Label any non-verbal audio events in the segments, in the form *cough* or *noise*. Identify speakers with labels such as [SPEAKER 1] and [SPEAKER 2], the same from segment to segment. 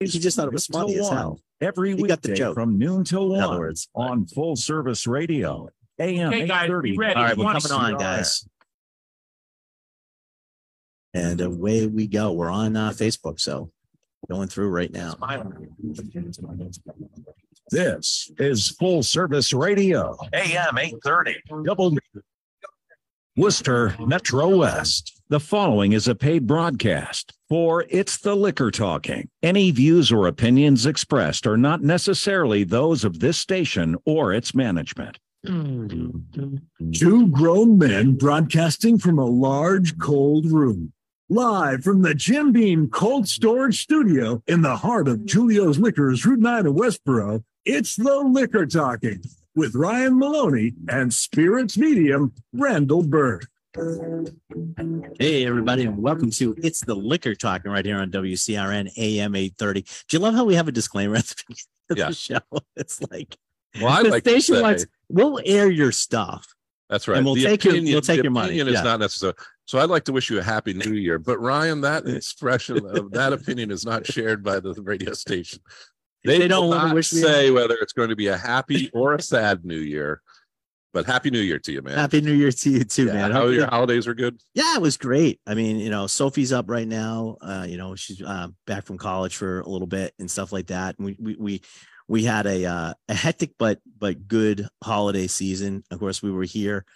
[SPEAKER 1] He just thought it was
[SPEAKER 2] Till
[SPEAKER 1] funny as
[SPEAKER 2] one,
[SPEAKER 1] hell.
[SPEAKER 2] Every
[SPEAKER 1] He got the
[SPEAKER 2] weekday
[SPEAKER 1] joke,
[SPEAKER 2] from noon till
[SPEAKER 1] In
[SPEAKER 2] one
[SPEAKER 1] other words,
[SPEAKER 2] on full service radio. AM
[SPEAKER 3] Okay, guys,
[SPEAKER 2] 830.
[SPEAKER 3] be ready.
[SPEAKER 1] all right, we're
[SPEAKER 3] Wanna
[SPEAKER 1] coming on,
[SPEAKER 2] see-
[SPEAKER 1] guys. And away we go. We're on uh, Facebook, so going through right now.
[SPEAKER 2] This is full service radio. AM 830. Double Worcester Metro West. The following is a paid broadcast for It's the Liquor Talking. Any views or opinions expressed are not necessarily those of this station or its management.
[SPEAKER 4] Two grown men broadcasting from a large cold room. Live from the Jim Beam Cold Storage Studio in the heart of Julio's Liquors, Route 9 in Westboro, it's The Liquor Talking with Ryan Maloney and Spirits Medium, Randall Bird.
[SPEAKER 1] Hey, everybody, and welcome to It's the Liquor Talking right here on WCRN AM 830. Do you love how we have a disclaimer at the beginning of
[SPEAKER 5] Yeah.
[SPEAKER 1] the show? *laughs* It's like
[SPEAKER 5] Well, I
[SPEAKER 1] the
[SPEAKER 5] like to
[SPEAKER 1] station
[SPEAKER 5] say,
[SPEAKER 1] wants, we'll air your stuff.
[SPEAKER 5] that's right.
[SPEAKER 1] and we'll take your- we'll
[SPEAKER 5] the
[SPEAKER 1] take your money,
[SPEAKER 5] opinion
[SPEAKER 1] yeah.
[SPEAKER 5] Is not necessary. So I'd like to wish you a happy new year. But Ryan,
[SPEAKER 1] *laughs*
[SPEAKER 5] that expression of that opinion is not shared by the radio station. They,
[SPEAKER 1] They don't
[SPEAKER 5] don't
[SPEAKER 1] wanna
[SPEAKER 5] want to
[SPEAKER 1] wish me a-
[SPEAKER 5] say whether it's going to be a happy or a sad new year. But happy new year to you, man.
[SPEAKER 1] Happy New Year to you too,
[SPEAKER 5] yeah,
[SPEAKER 1] man.
[SPEAKER 5] How
[SPEAKER 1] Hope-
[SPEAKER 5] your holidays were good.
[SPEAKER 1] yeah, it was great. I mean, you know, Sophie's up right now. Uh, you know, she's uh, back from college for a little bit and stuff like that. And we we we we had a uh, a hectic but but good holiday season. Of course, we were here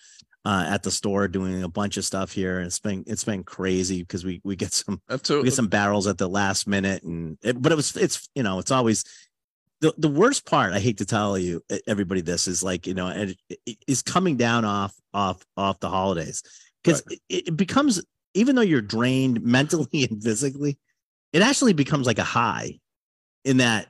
[SPEAKER 1] uh, at the store doing a bunch of stuff here, and it's been it's been crazy because we we get *laughs* some
[SPEAKER 5] That's a,
[SPEAKER 1] we get some barrels at the last minute, and it, but it was it's you know it's always. The, the worst part I hate to tell you e- everybody this is like you know and it- it is coming down off off off the holidays because it, it becomes even though you're drained *laughs* mentally and physically it actually becomes like a high in that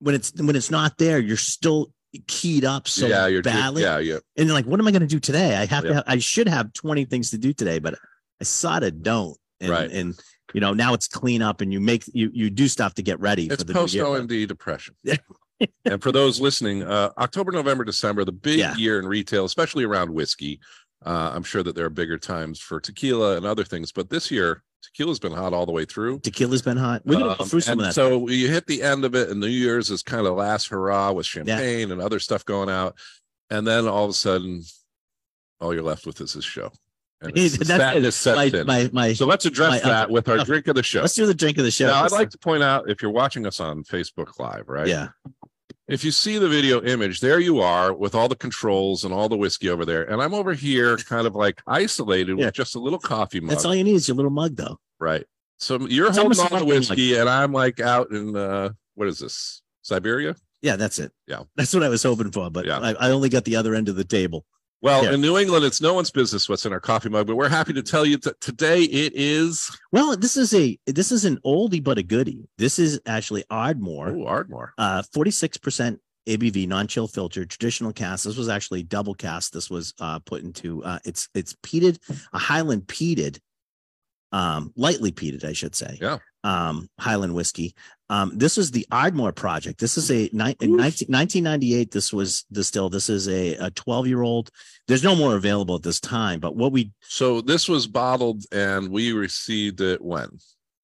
[SPEAKER 1] when it's when it's not there you're still keyed up so
[SPEAKER 5] yeah, you're
[SPEAKER 1] badly
[SPEAKER 5] yeah, yeah.
[SPEAKER 1] and you're like what am i going to do today i have to
[SPEAKER 5] Yeah.
[SPEAKER 1] have, i should have 20 things to do today but i sort of don't and,
[SPEAKER 5] Right.
[SPEAKER 1] and you know now it's clean up and you make you you do stuff to get ready
[SPEAKER 5] It's
[SPEAKER 1] for the new
[SPEAKER 5] post
[SPEAKER 1] year *laughs*
[SPEAKER 5] OMD depression. and for those listening, uh, October, November, December, the big
[SPEAKER 1] Yeah.
[SPEAKER 5] year in retail, especially around whiskey. Uh, I'm sure that there are bigger times for tequila and other things, but this year tequila's been hot all the way through.
[SPEAKER 1] tequila's been hot we're gonna go
[SPEAKER 5] Um,
[SPEAKER 1] through some of
[SPEAKER 5] and
[SPEAKER 1] that
[SPEAKER 5] So you hit the end of it, and New Year's is kind of last hurrah with champagne and other stuff going out, and then all of a sudden, all you're left with is this show.
[SPEAKER 1] *laughs*
[SPEAKER 5] And it's, the
[SPEAKER 1] That's-
[SPEAKER 5] sadness sets
[SPEAKER 1] my,
[SPEAKER 5] in.
[SPEAKER 1] my, my,
[SPEAKER 5] so let's address
[SPEAKER 1] my-
[SPEAKER 5] that with our
[SPEAKER 1] okay.
[SPEAKER 5] drink of the show.
[SPEAKER 1] let's do the drink of the show
[SPEAKER 5] Now, I'd like to point out if you're watching us on Facebook Live, right?
[SPEAKER 1] yeah
[SPEAKER 5] If you see the video image, there you are with all the controls and all the whiskey over there. And I'm over here kind of like isolated
[SPEAKER 1] Yeah.
[SPEAKER 5] with just a little coffee mug.
[SPEAKER 1] that's all you need is your little mug though
[SPEAKER 5] right. So you're
[SPEAKER 1] It's
[SPEAKER 5] holding
[SPEAKER 1] almost
[SPEAKER 5] all the
[SPEAKER 1] nothing like-
[SPEAKER 5] whiskey and I'm like out in uh what is this? Siberia?
[SPEAKER 1] Yeah, that's it.
[SPEAKER 5] Yeah.
[SPEAKER 1] That's what I was hoping for, but
[SPEAKER 5] Yeah.
[SPEAKER 1] I, I only got the other end of the table.
[SPEAKER 5] Well,
[SPEAKER 1] Yeah.
[SPEAKER 5] in New England, it's no one's business what's in our coffee mug, but we're happy to tell you that today it is
[SPEAKER 1] Well, this is a this is an oldie but a goodie. This is actually Ardmore,
[SPEAKER 5] oh Ardmore.
[SPEAKER 1] uh, forty six percent ABV non-chill filter, traditional cast. This was actually double cast. This was uh, put into uh, it's it's peated a Highland peated, um, lightly peated, I should say.
[SPEAKER 5] Yeah.
[SPEAKER 1] Um, Highland whiskey. Um, this is the Ardmore project. This is a ni- in 19, 1998. This was distilled. This is a a 12 year old. There's no more available at this time. But what we
[SPEAKER 5] So this was bottled and we received it when?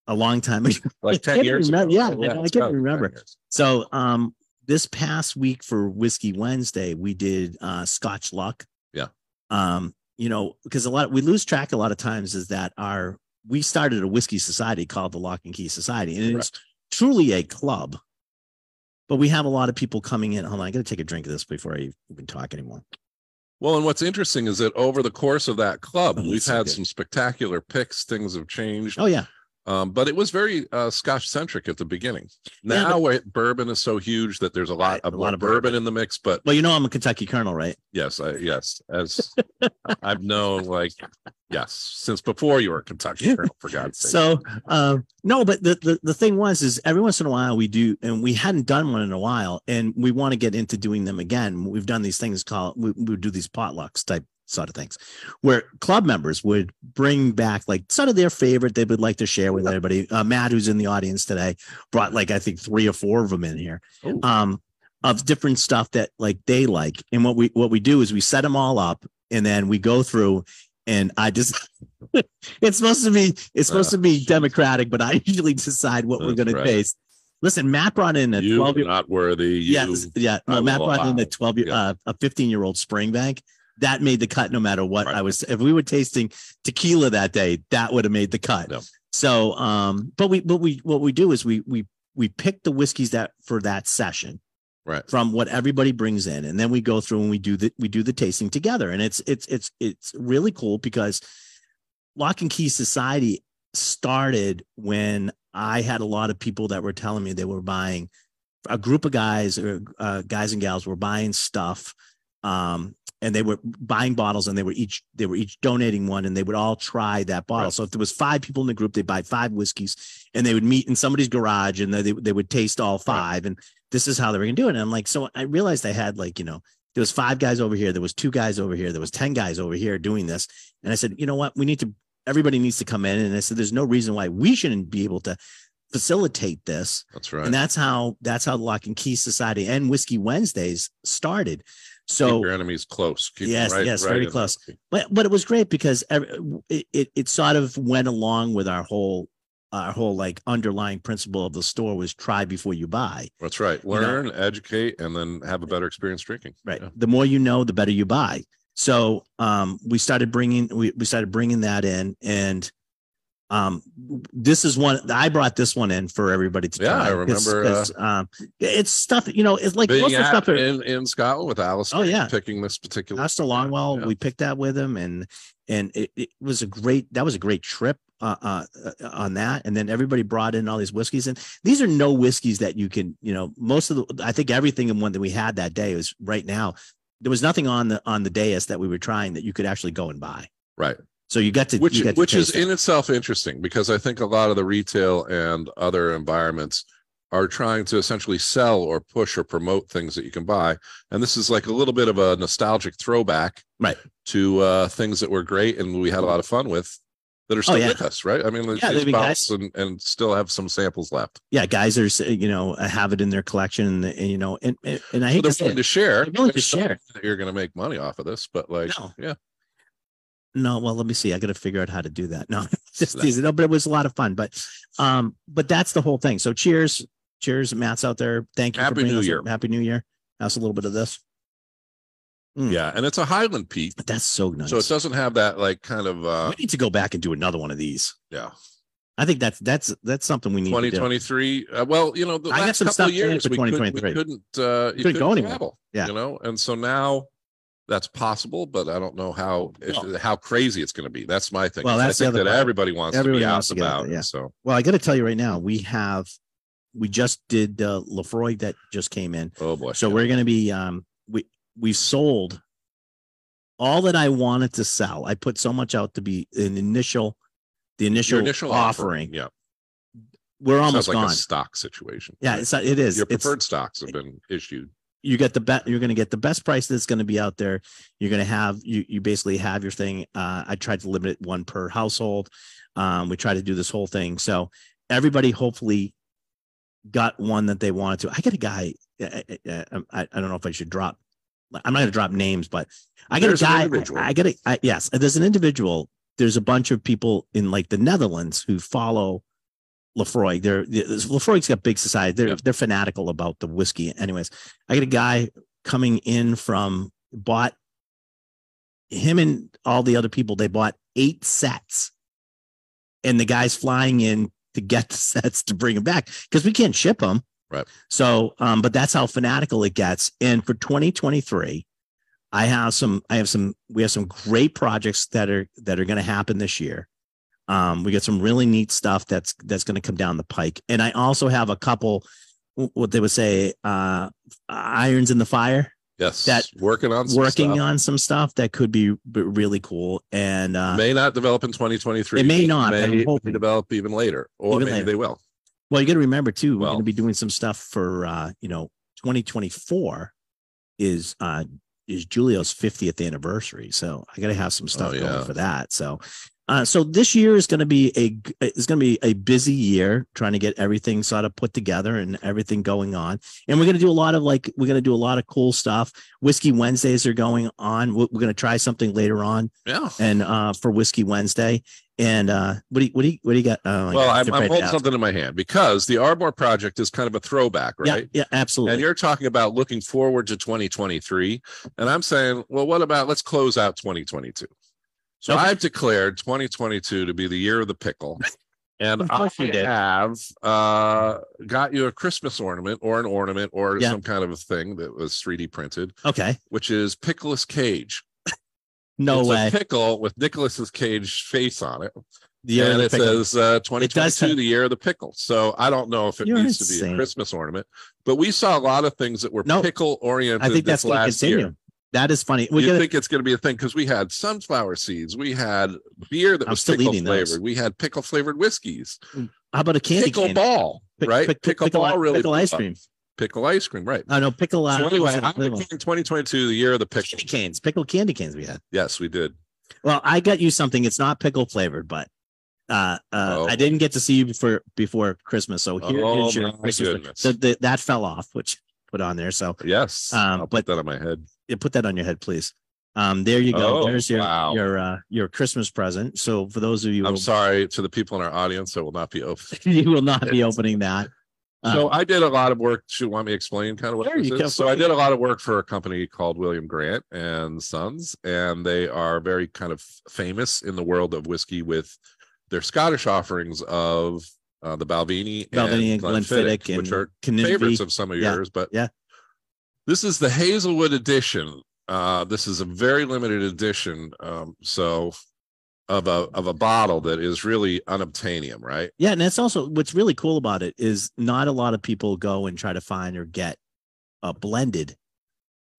[SPEAKER 1] a long time ago.
[SPEAKER 5] Like
[SPEAKER 1] I
[SPEAKER 5] 10
[SPEAKER 1] can't
[SPEAKER 5] years
[SPEAKER 1] remember.
[SPEAKER 5] ago.
[SPEAKER 1] Yeah, I know, I
[SPEAKER 5] it's
[SPEAKER 1] can't
[SPEAKER 5] about 10
[SPEAKER 1] remember.
[SPEAKER 5] years.
[SPEAKER 1] So um this past week for Whiskey Wednesday, we did uh Scotch Luck.
[SPEAKER 5] Yeah.
[SPEAKER 1] Um, you know, because a lot we lose track a lot of times is that our we started a whiskey society called the Lock and Key Society, and it's truly a club. But we have a lot of people coming in. Hold on, I gotta take a drink of this before I even talk anymore.
[SPEAKER 5] Well, and what's interesting is that over the course of that club,
[SPEAKER 1] Oh,
[SPEAKER 5] we've
[SPEAKER 1] that's so
[SPEAKER 5] had
[SPEAKER 1] good.
[SPEAKER 5] some spectacular picks. Things have changed,
[SPEAKER 1] Oh yeah.
[SPEAKER 5] um, but it was very uh, Scotch centric at the beginning.
[SPEAKER 1] Yeah,
[SPEAKER 5] Now we're bourbon is so huge that there's a lot,
[SPEAKER 1] Right,
[SPEAKER 5] of, a lot of bourbon, in the mix. But
[SPEAKER 1] Well, you know I'm a Kentucky Colonel, right?
[SPEAKER 5] yes, I, yes, as I've known, like yes, since before you were a Kentucky Colonel, for God's sake.
[SPEAKER 1] so um no but the, the the thing was is every once in a while we do and we hadn't done one in a while and we want to get into doing them again we've done these things called we, we would do these potlucks type sort of things where club members would bring back like sort of their favorite they would like to share with everybody uh, matt who's in the audience today brought like i think three or four of them in here
[SPEAKER 5] Ooh.
[SPEAKER 1] um of different stuff that like they like and what we what we do is we set them all up and then we go through and I just *laughs* it's supposed to be it's supposed to be democratic, but I *laughs* usually decide what we're
[SPEAKER 5] Oh, That's
[SPEAKER 1] going to
[SPEAKER 5] right.
[SPEAKER 1] taste. Listen, Matt brought in a
[SPEAKER 5] you are
[SPEAKER 1] twelve year
[SPEAKER 5] not worthy. You,
[SPEAKER 1] yes yeah no,
[SPEAKER 5] Oh,
[SPEAKER 1] Matt brought in
[SPEAKER 5] wow.
[SPEAKER 1] a twelve year
[SPEAKER 5] Yeah.
[SPEAKER 1] uh, a fifteen year old Springbank that made the cut no matter what
[SPEAKER 5] Right.
[SPEAKER 1] I was if we were tasting tequila that day that would have made the cut.
[SPEAKER 5] No.
[SPEAKER 1] So um, but we but we what we do is we we we pick the whiskeys that for that session
[SPEAKER 5] Right.
[SPEAKER 1] from what everybody brings in and then we go through and we do the we do the tasting together and it's it's it's it's really cool because lock and key society started when i had a lot of people that were telling me they were buying a group of guys or uh, guys and gals were buying stuff um and they were buying bottles and they were each they were each donating one and they would all try that bottle
[SPEAKER 5] Right.
[SPEAKER 1] so if there was five people in the group they'd buy five whiskeys and they would meet in somebody's garage and they, they would taste all five and this is how they were gonna do it. And I'm like, so I realized I had like, you know, there was five guys over here, there was two guys over here, there was 10 guys over here doing this. And I said, you know what, we need to everybody needs to come in. And I said, there's no reason why we shouldn't be able to facilitate this.
[SPEAKER 5] that's right.
[SPEAKER 1] And that's how that's how the Lock and Key Society and Whiskey Wednesdays started.
[SPEAKER 5] Keep
[SPEAKER 1] So
[SPEAKER 5] your enemies close. Keep them
[SPEAKER 1] Yes,
[SPEAKER 5] right-
[SPEAKER 1] yes,
[SPEAKER 5] right
[SPEAKER 1] very
[SPEAKER 5] in there.
[SPEAKER 1] close. but but it was great because every, it, it it sort of went along with our whole our whole like underlying principle of the store was try before you buy.
[SPEAKER 5] That's right.
[SPEAKER 1] know.
[SPEAKER 5] Learn, educate, and then have a better experience drinking.
[SPEAKER 1] right
[SPEAKER 5] Yeah.
[SPEAKER 1] the more you know the better you buy so um we started bringing we, we started bringing that in and um this is one i brought this one in for everybody to
[SPEAKER 5] Yeah,
[SPEAKER 1] try
[SPEAKER 5] I
[SPEAKER 1] 'cause-
[SPEAKER 5] remember, uh,
[SPEAKER 1] 'cause, um it's stuff you know it's like most
[SPEAKER 5] Being
[SPEAKER 1] of the
[SPEAKER 5] at,
[SPEAKER 1] stuff are-
[SPEAKER 5] in, in Scotland with Alice.
[SPEAKER 1] Oh, yeah.
[SPEAKER 5] Picking this particular.
[SPEAKER 1] Pastor Longwell,
[SPEAKER 5] Yeah.
[SPEAKER 1] we picked that with him, and and it, it was a great that was a great trip uh, uh, uh, on that. And then everybody brought in all these whiskeys, and these are no whiskeys that you can you know most of the I think everything in one that we had that day was right now. There was nothing on the on the dais that we were trying that you could actually go and buy.
[SPEAKER 5] Right.
[SPEAKER 1] So you got to
[SPEAKER 5] which
[SPEAKER 1] you got to
[SPEAKER 5] which is
[SPEAKER 1] taste it.
[SPEAKER 5] in itself interesting because I think a lot of the retail and other environments are trying to essentially sell or push or promote things that you can buy, and this is like a little bit of a nostalgic throwback,
[SPEAKER 1] Right.
[SPEAKER 5] to uh, things that were great and we had a lot of fun with that are still
[SPEAKER 1] Oh, yeah.
[SPEAKER 5] with us, right? I mean, there's
[SPEAKER 1] Yeah,
[SPEAKER 5] these
[SPEAKER 1] they've been
[SPEAKER 5] bottles and, and still have some samples left.
[SPEAKER 1] yeah, guys are s- you know have it in their collection, and, and, you know, and and, and I
[SPEAKER 5] So
[SPEAKER 1] hate
[SPEAKER 5] they're
[SPEAKER 1] to say it,
[SPEAKER 5] willing to share.
[SPEAKER 1] They're willing to
[SPEAKER 5] There's some
[SPEAKER 1] share.
[SPEAKER 5] that You're going to make money off of this, but like,
[SPEAKER 1] No.
[SPEAKER 5] yeah,
[SPEAKER 1] no well let me see i gotta figure out how to do that no *laughs* just
[SPEAKER 5] No.
[SPEAKER 1] teasing. no but it was a lot of fun but um but that's the whole thing so cheers cheers matt's out there thank you
[SPEAKER 5] Happy
[SPEAKER 1] for bringing
[SPEAKER 5] New
[SPEAKER 1] us-
[SPEAKER 5] Year.
[SPEAKER 1] happy new year that's a little bit of this Mm.
[SPEAKER 5] yeah, and it's a Highland Peak,
[SPEAKER 1] but that's so nice
[SPEAKER 5] so it doesn't have that like kind of uh,
[SPEAKER 1] we need to go back and do another one of these
[SPEAKER 5] yeah.
[SPEAKER 1] i think that's that's that's something we need to do
[SPEAKER 5] 2023 uh, well you know the
[SPEAKER 1] I got
[SPEAKER 5] last
[SPEAKER 1] some
[SPEAKER 5] couple
[SPEAKER 1] stuff
[SPEAKER 5] of
[SPEAKER 1] planned
[SPEAKER 5] years
[SPEAKER 1] for
[SPEAKER 5] we couldn't, we
[SPEAKER 1] 2023.
[SPEAKER 5] couldn't uh you
[SPEAKER 1] Couldn't
[SPEAKER 5] couldn't
[SPEAKER 1] go anywhere.
[SPEAKER 5] travel
[SPEAKER 1] Yeah.
[SPEAKER 5] you know and so now that's possible but i don't know how if,
[SPEAKER 1] Well-
[SPEAKER 5] how crazy it's going to be that's my thing
[SPEAKER 1] Well, that's the
[SPEAKER 5] i think
[SPEAKER 1] other
[SPEAKER 5] that
[SPEAKER 1] part.
[SPEAKER 5] everybody wants
[SPEAKER 1] Everybody
[SPEAKER 5] to be
[SPEAKER 1] wants
[SPEAKER 5] out
[SPEAKER 1] to
[SPEAKER 5] and
[SPEAKER 1] get out
[SPEAKER 5] about
[SPEAKER 1] there, yeah.
[SPEAKER 5] so
[SPEAKER 1] well i gotta tell you right now we have we just did uh lefroy that just came in
[SPEAKER 5] oh boy
[SPEAKER 1] so we're gonna be um we we've sold all that I wanted to sell. I put so much out to be an initial the initial,
[SPEAKER 5] your initial
[SPEAKER 1] offering.
[SPEAKER 5] offering, yeah
[SPEAKER 1] We're
[SPEAKER 5] sounds
[SPEAKER 1] almost
[SPEAKER 5] like
[SPEAKER 1] gone.
[SPEAKER 5] a stock situation
[SPEAKER 1] yeah,
[SPEAKER 5] right?
[SPEAKER 1] it's it is.
[SPEAKER 5] your
[SPEAKER 1] It's-
[SPEAKER 5] preferred stocks have been issued
[SPEAKER 1] you get the bet you're going to get the best price that's going to be out there you're going to have you you basically have your thing uh, i tried to limit it one per household um, we try to do this whole thing so everybody hopefully got one that they wanted to i got a guy i, I, I- I don't know if i should drop i'm not going to drop names but i got
[SPEAKER 5] There's
[SPEAKER 1] a
[SPEAKER 5] an
[SPEAKER 1] guy
[SPEAKER 5] individual.
[SPEAKER 1] i got a I, yes there's an individual there's a bunch of people in like the netherlands who follow Lefroy, they're Lefroy's got big society. They're
[SPEAKER 5] Yeah.
[SPEAKER 1] they're fanatical about the whiskey. Anyways, I got a guy coming in from bought him and all the other people. They bought eight sets, and the guy's flying in to get the sets to bring them back because we can't ship them.
[SPEAKER 5] Right.
[SPEAKER 1] So, um, but that's how fanatical it gets. And for 2023, I have some. I have some. We have some great projects that are that are going to happen this year. Um, we got some really neat stuff that's that's going to come down the pike, and I also have a couple wh- what they would say uh, irons in the fire,
[SPEAKER 5] yes
[SPEAKER 1] That-
[SPEAKER 5] working on some
[SPEAKER 1] working
[SPEAKER 5] stuff.
[SPEAKER 1] on some stuff that could be b- really cool. And uh,
[SPEAKER 5] may not develop in 2023
[SPEAKER 1] It may not, but I'm
[SPEAKER 5] may
[SPEAKER 1] hoping.
[SPEAKER 5] develop even later or
[SPEAKER 1] Even
[SPEAKER 5] maybe
[SPEAKER 1] later.
[SPEAKER 5] they will
[SPEAKER 1] well, you got to remember too, we're
[SPEAKER 5] Well-
[SPEAKER 1] going to be doing some stuff for uh, you know 2024 is uh, is Julio's 50th anniversary. So I got to have some stuff
[SPEAKER 5] Oh, yeah.
[SPEAKER 1] going for that. So, uh, so this year is going to be a is going to be a busy year trying to get everything sort of put together and everything going on. And we're going to do a lot of like we're going to do a lot of cool stuff. Whiskey Wednesdays are going on. We're, we're going to try something later on
[SPEAKER 5] Yeah.
[SPEAKER 1] and uh, for Whiskey Wednesday. And uh, what do you, what do you, what do you got? Oh, my
[SPEAKER 5] well,
[SPEAKER 1] God,
[SPEAKER 5] I'm,
[SPEAKER 1] they're
[SPEAKER 5] I'm
[SPEAKER 1] right
[SPEAKER 5] holding
[SPEAKER 1] out.
[SPEAKER 5] something in my hand because the Ardmore project is kind of a throwback, right?
[SPEAKER 1] Yeah, yeah, absolutely.
[SPEAKER 5] And you're talking about looking forward to 2023. And I'm saying, well, what about let's close out 2022? So
[SPEAKER 1] Okay.
[SPEAKER 5] I've declared 2022 to be the year of
[SPEAKER 1] *laughs*
[SPEAKER 5] the pickle. And
[SPEAKER 1] Of
[SPEAKER 5] I
[SPEAKER 1] course you did.
[SPEAKER 5] have uh, got you a Christmas ornament or an ornament or
[SPEAKER 1] Yeah.
[SPEAKER 5] some kind of a thing that was 3D printed,
[SPEAKER 1] okay,
[SPEAKER 5] which is Pickless Cage.
[SPEAKER 1] no
[SPEAKER 5] it's
[SPEAKER 1] way.
[SPEAKER 5] a pickle with Nicholas's Cage face on it.
[SPEAKER 1] The year of
[SPEAKER 5] and
[SPEAKER 1] the
[SPEAKER 5] it
[SPEAKER 1] pickle.
[SPEAKER 5] says uh,
[SPEAKER 1] It does
[SPEAKER 5] 2022,
[SPEAKER 1] have-
[SPEAKER 5] the year of the pickle. So I don't know if it
[SPEAKER 1] You're
[SPEAKER 5] needs to be a
[SPEAKER 1] insane.
[SPEAKER 5] Christmas ornament, but we saw a lot of things that were
[SPEAKER 1] No,
[SPEAKER 5] pickle oriented.
[SPEAKER 1] I think that's
[SPEAKER 5] this
[SPEAKER 1] going to
[SPEAKER 5] last
[SPEAKER 1] continue.
[SPEAKER 5] year.
[SPEAKER 1] That is funny.
[SPEAKER 5] We
[SPEAKER 1] We
[SPEAKER 5] you
[SPEAKER 1] got
[SPEAKER 5] think it's going to be a thing because we had sunflower seeds, we had beer that
[SPEAKER 1] I'm
[SPEAKER 5] was
[SPEAKER 1] still
[SPEAKER 5] pickle
[SPEAKER 1] eating
[SPEAKER 5] flavored,
[SPEAKER 1] those.
[SPEAKER 5] we had pickle flavored whiskeys,
[SPEAKER 1] how about a candy
[SPEAKER 5] pickle
[SPEAKER 1] cane?
[SPEAKER 5] ball,
[SPEAKER 1] Pick-
[SPEAKER 5] right?
[SPEAKER 1] pick-
[SPEAKER 5] pickle,
[SPEAKER 1] pickle,
[SPEAKER 5] ball, really
[SPEAKER 1] pickle ice
[SPEAKER 5] blew up.
[SPEAKER 1] cream.
[SPEAKER 5] pickle ice cream, right?
[SPEAKER 1] Oh no, pickle. Uh,
[SPEAKER 5] so anyway,
[SPEAKER 1] what's it-
[SPEAKER 5] I'm
[SPEAKER 1] little-
[SPEAKER 5] declaring 2022 the year of the pickle.
[SPEAKER 1] candy canes, pickle candy canes. We had.
[SPEAKER 5] Yes, we did.
[SPEAKER 1] Well, I got you something. It's not pickle flavored, but uh, uh,
[SPEAKER 5] Oh.
[SPEAKER 1] I didn't get to see you before before Christmas. So here,
[SPEAKER 5] Oh,
[SPEAKER 1] here's your
[SPEAKER 5] my
[SPEAKER 1] Christmas.
[SPEAKER 5] goodness.
[SPEAKER 1] So the, that fell off, which put on there. So
[SPEAKER 5] Yes,
[SPEAKER 1] Um,
[SPEAKER 5] I'll
[SPEAKER 1] but-
[SPEAKER 5] put that on my head.
[SPEAKER 1] yeah, put that on your head, please. Um, there you go.
[SPEAKER 5] Oh,
[SPEAKER 1] There's your
[SPEAKER 5] wow.
[SPEAKER 1] your uh, your Christmas present. So for those of you, who,
[SPEAKER 5] I'm sorry to the people in our audience that will not be open.
[SPEAKER 1] *laughs* you will not be opening that. Uh,
[SPEAKER 5] So I did a lot of work. Should want me to explain kind of what
[SPEAKER 1] There
[SPEAKER 5] this
[SPEAKER 1] you
[SPEAKER 5] is?
[SPEAKER 1] go.
[SPEAKER 5] So I did a lot of work for a company called William Grant and Sons, and they are very kind of famous in the world of whiskey with their Scottish offerings of uh, the Balvenie,
[SPEAKER 1] Balvenie and
[SPEAKER 5] Glenfiddich,
[SPEAKER 1] Glenfiddich and
[SPEAKER 5] which are
[SPEAKER 1] Carnivy.
[SPEAKER 5] favorites of some of
[SPEAKER 1] Yeah,
[SPEAKER 5] yours. But
[SPEAKER 1] yeah.
[SPEAKER 5] this is the Hazelwood edition. Uh, this is a very limited edition. Um, so of a of a bottle that is really unobtainium, right?
[SPEAKER 1] Yeah, and that's also what's really cool about it is not a lot of people go and try to find or get a blended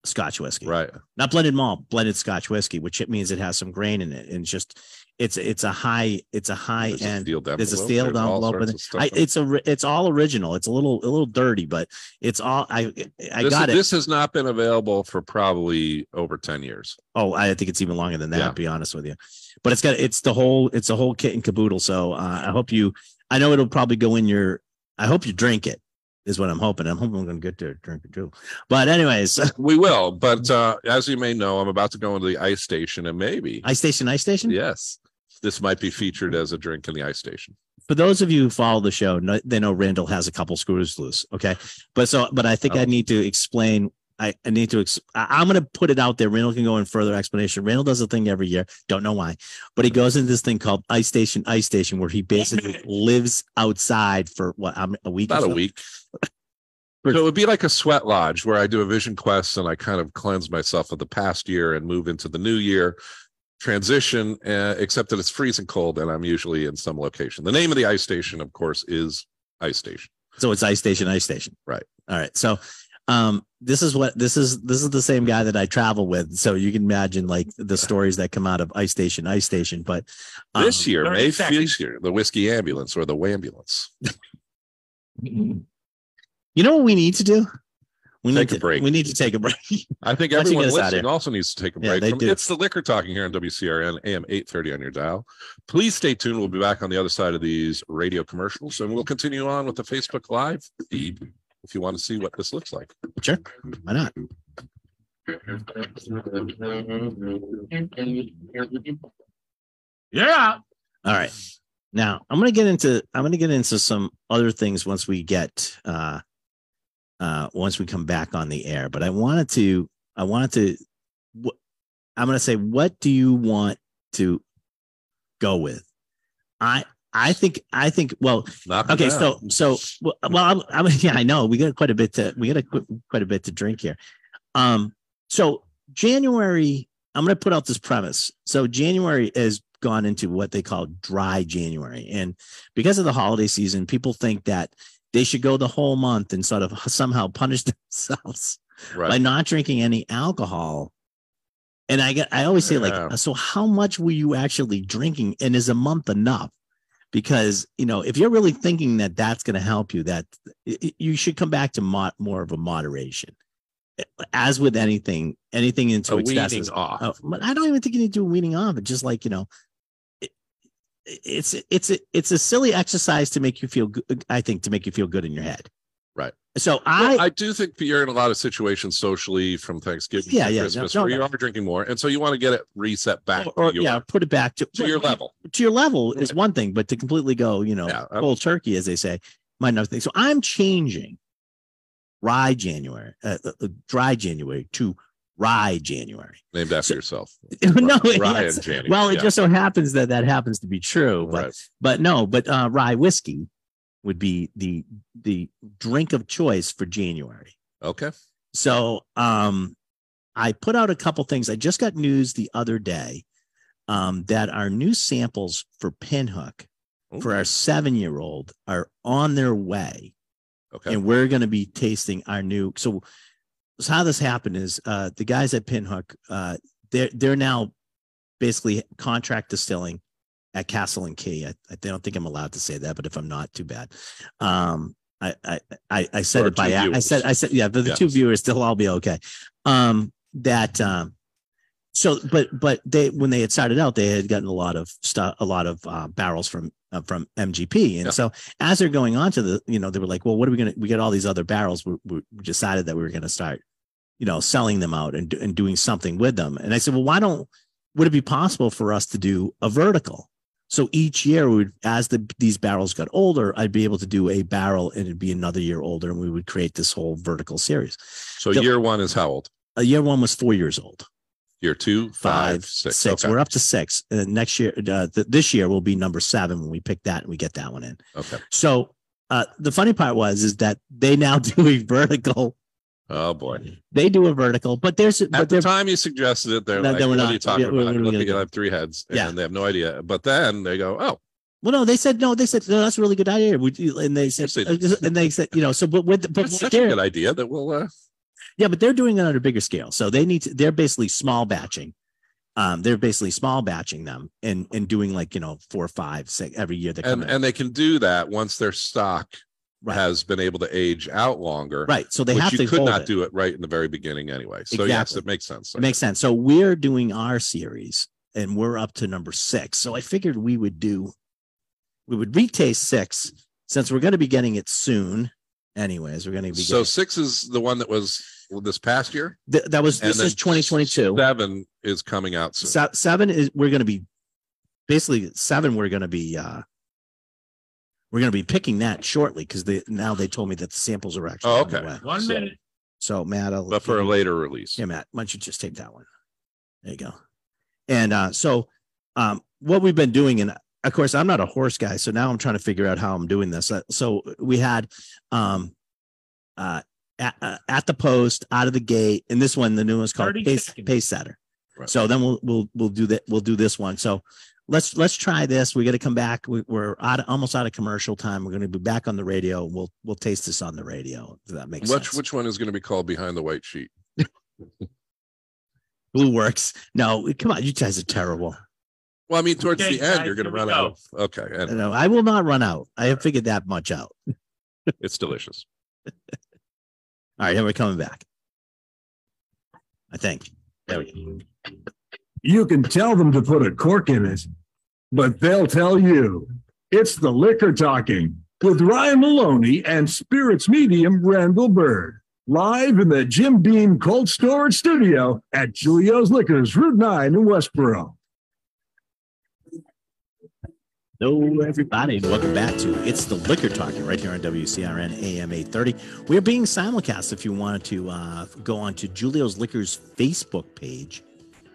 [SPEAKER 1] Scotch whiskey,
[SPEAKER 5] Right.
[SPEAKER 1] Not blended malt, blended Scotch whiskey, which it means it has some grain in it, and it's just it's it's a high it's a high
[SPEAKER 5] There's a
[SPEAKER 1] end.
[SPEAKER 5] sealed
[SPEAKER 1] There's a
[SPEAKER 5] envelope,
[SPEAKER 1] sealed
[SPEAKER 5] all
[SPEAKER 1] envelope,
[SPEAKER 5] sorts
[SPEAKER 1] and
[SPEAKER 5] of stuff
[SPEAKER 1] I,
[SPEAKER 5] in it.
[SPEAKER 1] it's a ri- it's all original. It's a little a little dirty, but it's all I I
[SPEAKER 5] this,
[SPEAKER 1] got it.
[SPEAKER 5] This has not been available for probably over 10 years.
[SPEAKER 1] Oh, I think it's even longer than that.
[SPEAKER 5] Yeah.
[SPEAKER 1] To be honest with you, but it's got it's the whole it's the whole kit and caboodle. So uh, I hope you. I know it'll probably go in your. I hope you drink it. Is what I'm hoping. I'm hoping I'm going to get to drink it too. But anyways, *laughs*
[SPEAKER 5] We will, but uh, as you may know, I'm about to go into the ice station and maybe,
[SPEAKER 1] Mm-hmm. ice station, ice station.
[SPEAKER 5] yes, this might be featured as a drink in the ice station.
[SPEAKER 1] For those of you who follow the show, no, they know Randall has a couple screws loose. Okay, but so but I think
[SPEAKER 5] Oh.
[SPEAKER 1] I need to explain. I, I need to. Ex- I, I'm going to put it out there. Randall can go in further explanation. Randall does a thing every year. Don't know why, but he goes into this thing called Ice Station, Ice Station, where he basically lives outside for what um, a week. or
[SPEAKER 5] About a
[SPEAKER 1] so? *laughs*
[SPEAKER 5] week. So it would be like a sweat lodge where I do a vision quest and I kind of cleanse myself of the past year and move into the new year transition, uh, except that it's freezing cold and I'm usually in some location. The name of the ice station, of course, is Ice Station.
[SPEAKER 1] So it's ice station, ice station.
[SPEAKER 5] Right.
[SPEAKER 1] All right. So um this is what this is this is the same guy that I travel with. So you can imagine like the stories that come out of ice station, ice station. But um,
[SPEAKER 5] This year, May
[SPEAKER 4] exactly.
[SPEAKER 5] Fisher, the whiskey ambulance or the wambulance.
[SPEAKER 1] you know what we need to do? We
[SPEAKER 5] Take
[SPEAKER 1] need
[SPEAKER 5] a
[SPEAKER 1] to,
[SPEAKER 5] break.
[SPEAKER 1] We need to take a break. *laughs*
[SPEAKER 5] I think
[SPEAKER 1] Why don't you
[SPEAKER 5] everyone
[SPEAKER 1] get us out of
[SPEAKER 5] listening
[SPEAKER 1] here?
[SPEAKER 5] also needs to take a
[SPEAKER 1] Yeah,
[SPEAKER 5] break.
[SPEAKER 1] they
[SPEAKER 5] from-
[SPEAKER 1] do.
[SPEAKER 5] It's the liquor talking here on WCRN AM 830 on your dial. Please stay tuned. We'll be back on the other side of these radio commercials and we'll continue on with the Facebook Live feed if you want to see what this looks like.
[SPEAKER 1] sure. Why not?
[SPEAKER 4] Yeah.
[SPEAKER 1] All right. Now I'm gonna get into I'm gonna get into some other things once we get uh uh once we come back on the air. But I wanted to I wanted to wh- I'm gonna say what do you want to go with? I I think I think well
[SPEAKER 5] Knock 'em
[SPEAKER 1] okay
[SPEAKER 5] down.
[SPEAKER 1] so so well I'm, I'm *laughs* yeah I know we got quite a bit to we got a, qu- quite a bit to drink here. Um so January I'm going to put out this premise. So January has gone into what they call dry January and because of the holiday season people think that they should go the whole month and sort of somehow punish *laughs* themselves by
[SPEAKER 5] right.
[SPEAKER 1] not drinking any alcohol. And I get, I always say
[SPEAKER 5] Yeah.
[SPEAKER 1] like, so how much were you actually drinking? And is a month enough? Because you know, if you're really thinking that that's going to help you, that y- y- you should come back to mo- more of a moderation. as with anything, anything into
[SPEAKER 5] a
[SPEAKER 1] excesses,
[SPEAKER 5] weaning off.
[SPEAKER 1] Oh, but I don't even think you need to do weaning off. It's just like you know, it, it's it's a, it's a silly exercise to make you feel good. I think to make you feel good in your head.
[SPEAKER 5] Right.
[SPEAKER 1] So
[SPEAKER 5] I,
[SPEAKER 1] I,
[SPEAKER 5] I do think that you're in a lot of situations socially from Thanksgiving
[SPEAKER 1] Yeah,
[SPEAKER 5] to
[SPEAKER 1] yeah, no,
[SPEAKER 5] Christmas
[SPEAKER 1] no,
[SPEAKER 5] where you
[SPEAKER 1] no.
[SPEAKER 5] are drinking more. And so you want to get it reset back
[SPEAKER 1] or, or,
[SPEAKER 5] to, your,
[SPEAKER 1] yeah, put it back to,
[SPEAKER 5] to your level.
[SPEAKER 1] To your level is
[SPEAKER 5] Right.
[SPEAKER 1] one thing, but to completely go, you know,
[SPEAKER 5] Yeah. I-
[SPEAKER 1] cold turkey, as they say, might not think. So I'm changing rye January, uh, uh, uh, dry January to rye January. *laughs*
[SPEAKER 5] named after
[SPEAKER 1] So-
[SPEAKER 5] yourself.
[SPEAKER 1] *laughs* no,
[SPEAKER 5] Ryan
[SPEAKER 1] yes.
[SPEAKER 5] January.
[SPEAKER 1] well, it
[SPEAKER 5] yeah,
[SPEAKER 1] just so happens that that happens to be true, but
[SPEAKER 5] right.
[SPEAKER 1] but no, but uh, rye whiskey would be the the drink of choice for January.
[SPEAKER 5] Okay.
[SPEAKER 1] So um, I put out a couple things. I just got news the other day um, that our new samples for Pinhook
[SPEAKER 5] Ooh.
[SPEAKER 1] for our seven year old are on their way,
[SPEAKER 5] Okay.
[SPEAKER 1] and we're going to be tasting our new. So, so how this happened is uh, the guys at Pinhook uh, they're they're now basically contract distilling at Castle and Key. I, I don't think I'm allowed to say that, but if I'm not, too bad. Um, I, I I I said
[SPEAKER 5] For
[SPEAKER 1] it by
[SPEAKER 5] two
[SPEAKER 1] ac- I said I said yeah, but the
[SPEAKER 5] Yeah.
[SPEAKER 1] two viewers they'll all be okay. Um, that um, so but but they when they had started out, they had gotten a lot of stuff, a lot of uh, barrels from uh, from MGP, and
[SPEAKER 5] Yeah.
[SPEAKER 1] so as they're going on to the you know they were like, well, what are we gonna? We got all these other barrels. We, we we decided that we were gonna start you know, selling them out and, do- and doing something with them. And I said, well, why don't, would it be possible for us to do a vertical? So each year, we would, as the, these barrels got older, I'd be able to do a barrel and it'd be another year older. And we would create this whole vertical series.
[SPEAKER 5] So
[SPEAKER 1] the-
[SPEAKER 5] year one is how old?
[SPEAKER 1] Uh, year one was four years old,
[SPEAKER 5] Year two,
[SPEAKER 1] five,
[SPEAKER 5] five, six.
[SPEAKER 1] six.
[SPEAKER 5] Okay.
[SPEAKER 1] We're up to six. And then next year, uh, th- this year will be number seven when we pick that and we get that one in.
[SPEAKER 5] okay.
[SPEAKER 1] So uh, the funny part was, is that they now *laughs* do a vertical.
[SPEAKER 5] Oh boy.
[SPEAKER 1] They do a vertical, but there's,
[SPEAKER 5] At
[SPEAKER 1] but
[SPEAKER 5] the
[SPEAKER 1] they're,
[SPEAKER 5] time you suggested it, they're
[SPEAKER 1] No,
[SPEAKER 5] like,
[SPEAKER 1] they were
[SPEAKER 5] "What
[SPEAKER 1] not.
[SPEAKER 5] are you talking
[SPEAKER 1] Yeah, we're-
[SPEAKER 5] about?
[SPEAKER 1] we're
[SPEAKER 5] Let
[SPEAKER 1] gonna
[SPEAKER 5] me
[SPEAKER 1] do
[SPEAKER 5] have three heads," and
[SPEAKER 1] Yeah.
[SPEAKER 5] they have no idea. But then they go, "Oh,
[SPEAKER 1] Well, no, they said no. They said no. That's a really good idea. Would you, and they said, uh,
[SPEAKER 5] Yes, they
[SPEAKER 1] and they said, you know, so but with, but
[SPEAKER 5] that's
[SPEAKER 1] what
[SPEAKER 5] such a
[SPEAKER 1] they're,
[SPEAKER 5] good idea that we'll." Uh,
[SPEAKER 1] yeah, but they're doing it on a bigger scale. So they need to. They're basically small batching. Um, they're basically small batching them and and doing like you know four or five six every year. They come
[SPEAKER 5] and
[SPEAKER 1] in.
[SPEAKER 5] and they can do that once their stock
[SPEAKER 1] Right.
[SPEAKER 5] has been able to age out longer.
[SPEAKER 1] right. So they
[SPEAKER 5] which
[SPEAKER 1] have
[SPEAKER 5] you
[SPEAKER 1] to
[SPEAKER 5] could
[SPEAKER 1] hold
[SPEAKER 5] not
[SPEAKER 1] it.
[SPEAKER 5] do it right in the very beginning anyway. So yes,
[SPEAKER 1] Exactly.
[SPEAKER 5] it makes sense.
[SPEAKER 1] It makes sense. So we're doing our series and we're up to number six. So I figured we would do, we would retaste six since we're going to be getting it soon. Anyways, we're going to be
[SPEAKER 5] So
[SPEAKER 1] getting,
[SPEAKER 5] six is the one that was this past year.
[SPEAKER 1] th- that was
[SPEAKER 5] and
[SPEAKER 1] this
[SPEAKER 5] then
[SPEAKER 1] is twenty twenty two.
[SPEAKER 5] Seven is coming out soon.
[SPEAKER 1] Se- seven is we're going to be basically seven we're going to be uh we're going to be picking that shortly because they now they told me that the samples are actually
[SPEAKER 5] Oh,
[SPEAKER 1] on their
[SPEAKER 5] okay.
[SPEAKER 1] way.
[SPEAKER 4] One
[SPEAKER 1] so,
[SPEAKER 4] minute.
[SPEAKER 1] so matt I'll,
[SPEAKER 5] but for a later release.
[SPEAKER 1] yeah matt why don't you just take that one there you go and uh so um what we've been doing and of course i'm not a horse guy so now i'm trying to figure out how i'm doing this Uh, so we had um uh at, uh, at the post out of the gate and this one the new one's called
[SPEAKER 4] 30
[SPEAKER 1] pace,
[SPEAKER 4] seconds.
[SPEAKER 1] pace setter
[SPEAKER 5] Right.
[SPEAKER 1] so then we'll we'll we'll do that. We'll do this one. So let's let's try this. We got to come back. We, we're out of, almost out of commercial time. We're going to be back on the radio. We'll we'll taste this on the radio. If that makes
[SPEAKER 5] Which
[SPEAKER 1] sense.
[SPEAKER 5] which one is going to be called behind the white sheet?
[SPEAKER 1] Blue works. No, come on, you guys are terrible.
[SPEAKER 5] Well, I mean, towards
[SPEAKER 4] Okay,
[SPEAKER 5] the end,
[SPEAKER 4] guys,
[SPEAKER 5] you're going to
[SPEAKER 4] here we
[SPEAKER 5] run out. Of, okay, and
[SPEAKER 1] No, I will not run out. I have figured that much out.
[SPEAKER 5] it's delicious.
[SPEAKER 1] All right, here we're coming back. I think. There we go.
[SPEAKER 4] You can tell them to put a cork in it, but they'll tell you. It's the liquor talking with Ryan Maloney and spirits medium Randall Bird. Live in the Jim Beam Cold Storage Studio at Julio's Liquors, Route 9 in Westboro.
[SPEAKER 1] Hello, everybody, and welcome back to It's the Liquor Talking right here on WCRN AM 830. We're being simulcast if you wanted to uh, go on to Julio's Liquor's Facebook page.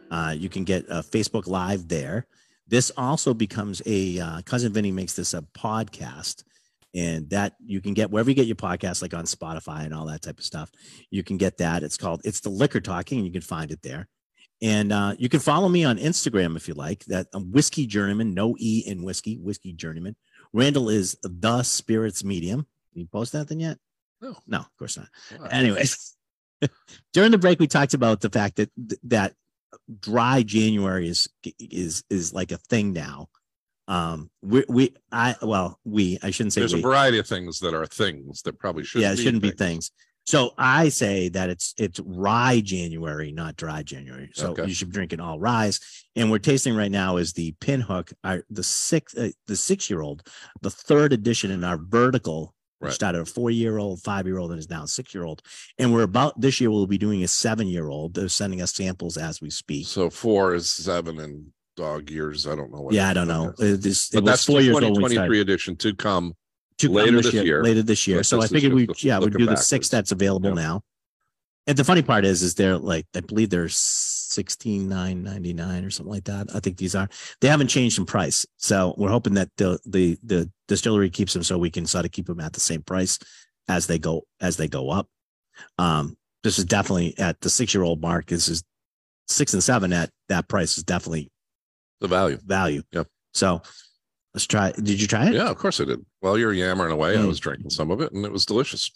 [SPEAKER 1] Uh, you can get uh, Facebook Live there. This also becomes a uh, cousin Vinny makes this a podcast, and that you can get wherever you get your podcast, like on Spotify and all that type of stuff. You can get that. It's called It's the Liquor Talking, and you can find it there. And uh, you can follow me on Instagram if you like. That um, whiskey journeyman, no e in whiskey, whiskey journeyman. Randall is the spirits medium. You post that thing yet?
[SPEAKER 5] No. Uh,
[SPEAKER 1] no, of course not.
[SPEAKER 5] Wow.
[SPEAKER 1] Anyways, *laughs* during the break, we talked about the fact that that dry January is is is like a thing now. Um, we we I well we I shouldn't say
[SPEAKER 5] There's
[SPEAKER 1] we
[SPEAKER 5] a variety of things that are things that probably shouldn't.
[SPEAKER 1] yeah, it shouldn't be
[SPEAKER 5] things.
[SPEAKER 1] things. So I say that it's it's rye January, not dry January. So
[SPEAKER 5] Okay.
[SPEAKER 1] you should be drinking all ryes. And we're tasting right now is the Pinhook, our the six uh, the six year old, the third edition in our vertical. which
[SPEAKER 5] Right.
[SPEAKER 1] Started a four year old, five year old, and is now six year old. And we're about this year we'll be doing a seven year old. They're sending us samples as we speak.
[SPEAKER 5] So four is seven and dog years. I don't know what.
[SPEAKER 1] yeah, I don't know.
[SPEAKER 5] Okay.
[SPEAKER 1] It, this, it
[SPEAKER 5] But
[SPEAKER 1] was
[SPEAKER 5] that's
[SPEAKER 1] four
[SPEAKER 5] the
[SPEAKER 1] years old. when we started.
[SPEAKER 5] 2023 edition to come.
[SPEAKER 1] to come
[SPEAKER 5] Later this year.
[SPEAKER 1] later this year.
[SPEAKER 5] But
[SPEAKER 1] So I
[SPEAKER 5] this is
[SPEAKER 1] figured we,
[SPEAKER 5] just
[SPEAKER 1] yeah, we
[SPEAKER 5] looking
[SPEAKER 1] do the six
[SPEAKER 5] backwards.
[SPEAKER 1] that's available
[SPEAKER 5] Yeah.
[SPEAKER 1] now. And the funny part is, is they're like, I believe they're sixteen nine ninety nine or something like that. I think these are. They haven't changed in price, so we're hoping that the the the distillery keeps them so we can sort of keep them at the same price as they go as they go up. Um, this is definitely at the six year old mark. This is six and seven at that price is definitely
[SPEAKER 5] The value.
[SPEAKER 1] value.
[SPEAKER 5] Yep.
[SPEAKER 1] So let's try. Did you try it?
[SPEAKER 5] Yeah, of course I did. While you're yammering away, I
[SPEAKER 1] Mm.
[SPEAKER 5] was drinking some of it and it was delicious.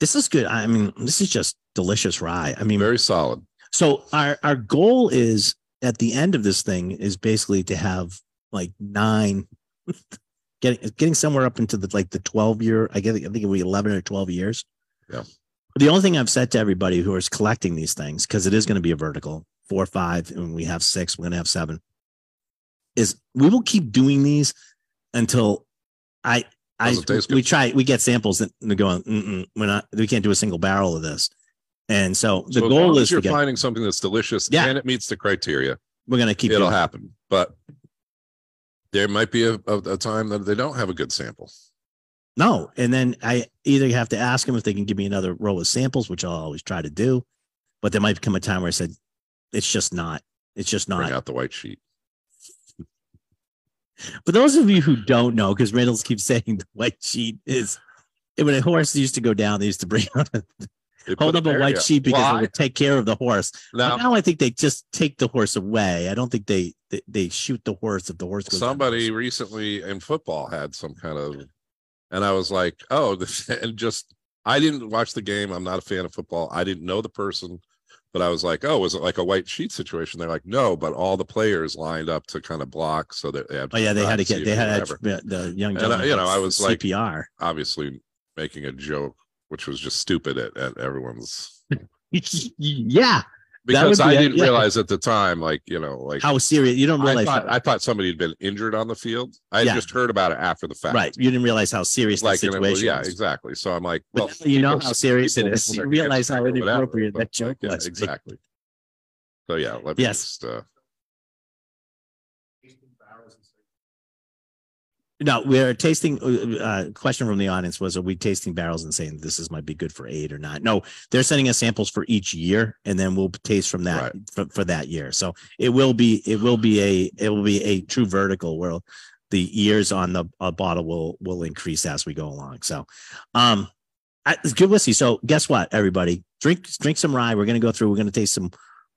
[SPEAKER 1] This is good. I mean, this is just delicious rye. I mean,
[SPEAKER 5] Very solid.
[SPEAKER 1] So our our goal is at the end of this thing is basically to have like nine *laughs* getting getting somewhere up into the like the 12 year I guess I think it would be 11 or 12 years.
[SPEAKER 5] Yeah.
[SPEAKER 1] The only thing I've said to everybody who is collecting these things cuz it is going to be a vertical 4 5 and we have 6 we're going to have 7 is we will keep doing these until I I
[SPEAKER 5] Doesn't taste
[SPEAKER 1] we
[SPEAKER 5] good.
[SPEAKER 1] try we get samples and they're going Mm-mm, we're not we can't do a single barrel of this. And so the
[SPEAKER 5] So as long
[SPEAKER 1] goal
[SPEAKER 5] as
[SPEAKER 1] is to
[SPEAKER 5] you're
[SPEAKER 1] get
[SPEAKER 5] finding something that's delicious
[SPEAKER 1] Yeah.
[SPEAKER 5] and it meets the criteria.
[SPEAKER 1] we're gonna keep
[SPEAKER 5] it'll
[SPEAKER 1] doing it.
[SPEAKER 5] happen. But there might be a, a, a time that they don't have a good sample.
[SPEAKER 1] No, and then I either have to ask them if they can give me another row of samples, which I'll always try to do. But there might come a time where I said, "It's just not. It's just
[SPEAKER 5] Bring
[SPEAKER 1] not."
[SPEAKER 5] out the white sheet.
[SPEAKER 1] For those of you who don't know, because Reynolds keeps *laughs* saying the white sheet is when a horse used to go down, they used to bring out a,
[SPEAKER 5] They put
[SPEAKER 1] hold
[SPEAKER 5] it
[SPEAKER 1] up a
[SPEAKER 5] there,
[SPEAKER 1] white
[SPEAKER 5] yeah.
[SPEAKER 1] sheet because
[SPEAKER 5] Why?
[SPEAKER 1] it would take care of the horse.
[SPEAKER 5] Now,
[SPEAKER 1] But now I think they just take the horse away. I don't think they they, they shoot the horse if the horse goes down.
[SPEAKER 5] somebody recently in football had some kind of, and I was like, oh, *laughs* this, and just I didn't watch the game. I'm not a fan of football. I didn't know the person, but I was like, oh, was it like a white sheet situation? They're like, no, but all the players lined up to kind of block so that they had.
[SPEAKER 1] Oh yeah, they had to
[SPEAKER 5] privacy
[SPEAKER 1] get they
[SPEAKER 5] and
[SPEAKER 1] had
[SPEAKER 5] whatever.
[SPEAKER 1] to- the young
[SPEAKER 5] And I-
[SPEAKER 1] gentleman.
[SPEAKER 5] you know, I was like-
[SPEAKER 1] CPR.
[SPEAKER 5] obviously making a joke, which was just stupid at, at everyone's
[SPEAKER 1] *laughs* yeah,
[SPEAKER 5] because
[SPEAKER 1] would
[SPEAKER 5] I
[SPEAKER 1] be-
[SPEAKER 5] didn't
[SPEAKER 1] yeah.
[SPEAKER 5] realize at the time, like you know, like
[SPEAKER 1] how serious? You don't
[SPEAKER 5] I
[SPEAKER 1] realize
[SPEAKER 5] thought I thought somebody had been injured on the field. I had
[SPEAKER 1] Yeah.
[SPEAKER 5] just heard about it after the fact,
[SPEAKER 1] Right. You didn't realize how serious
[SPEAKER 5] Like,
[SPEAKER 1] the
[SPEAKER 5] and it
[SPEAKER 1] situation
[SPEAKER 5] was, yeah,
[SPEAKER 1] was.
[SPEAKER 5] exactly. So I'm like,
[SPEAKER 1] But
[SPEAKER 5] well,
[SPEAKER 1] now you know
[SPEAKER 5] *laughs* people-
[SPEAKER 1] how serious it
[SPEAKER 5] people
[SPEAKER 1] is. You
[SPEAKER 5] are
[SPEAKER 1] realize how
[SPEAKER 5] getting hurt or whatever,
[SPEAKER 1] inappropriate
[SPEAKER 5] but,
[SPEAKER 1] that joke
[SPEAKER 5] yeah,
[SPEAKER 1] was.
[SPEAKER 5] exactly. So yeah, let me
[SPEAKER 1] Yes.
[SPEAKER 5] just uh,
[SPEAKER 1] No, we're tasting. Uh, uh, question from the audience was: Are we tasting barrels and saying this is might be good for eight or not? No, they're sending us samples for each year, and then we'll taste from that
[SPEAKER 5] Right.
[SPEAKER 1] for, for that year. So it will be it will be a it will be a true vertical where the years on the uh, bottle will will increase as we go along. So, um, I- it's good whiskey. So guess what, everybody, drink drink some rye. We're gonna go through. We're gonna taste some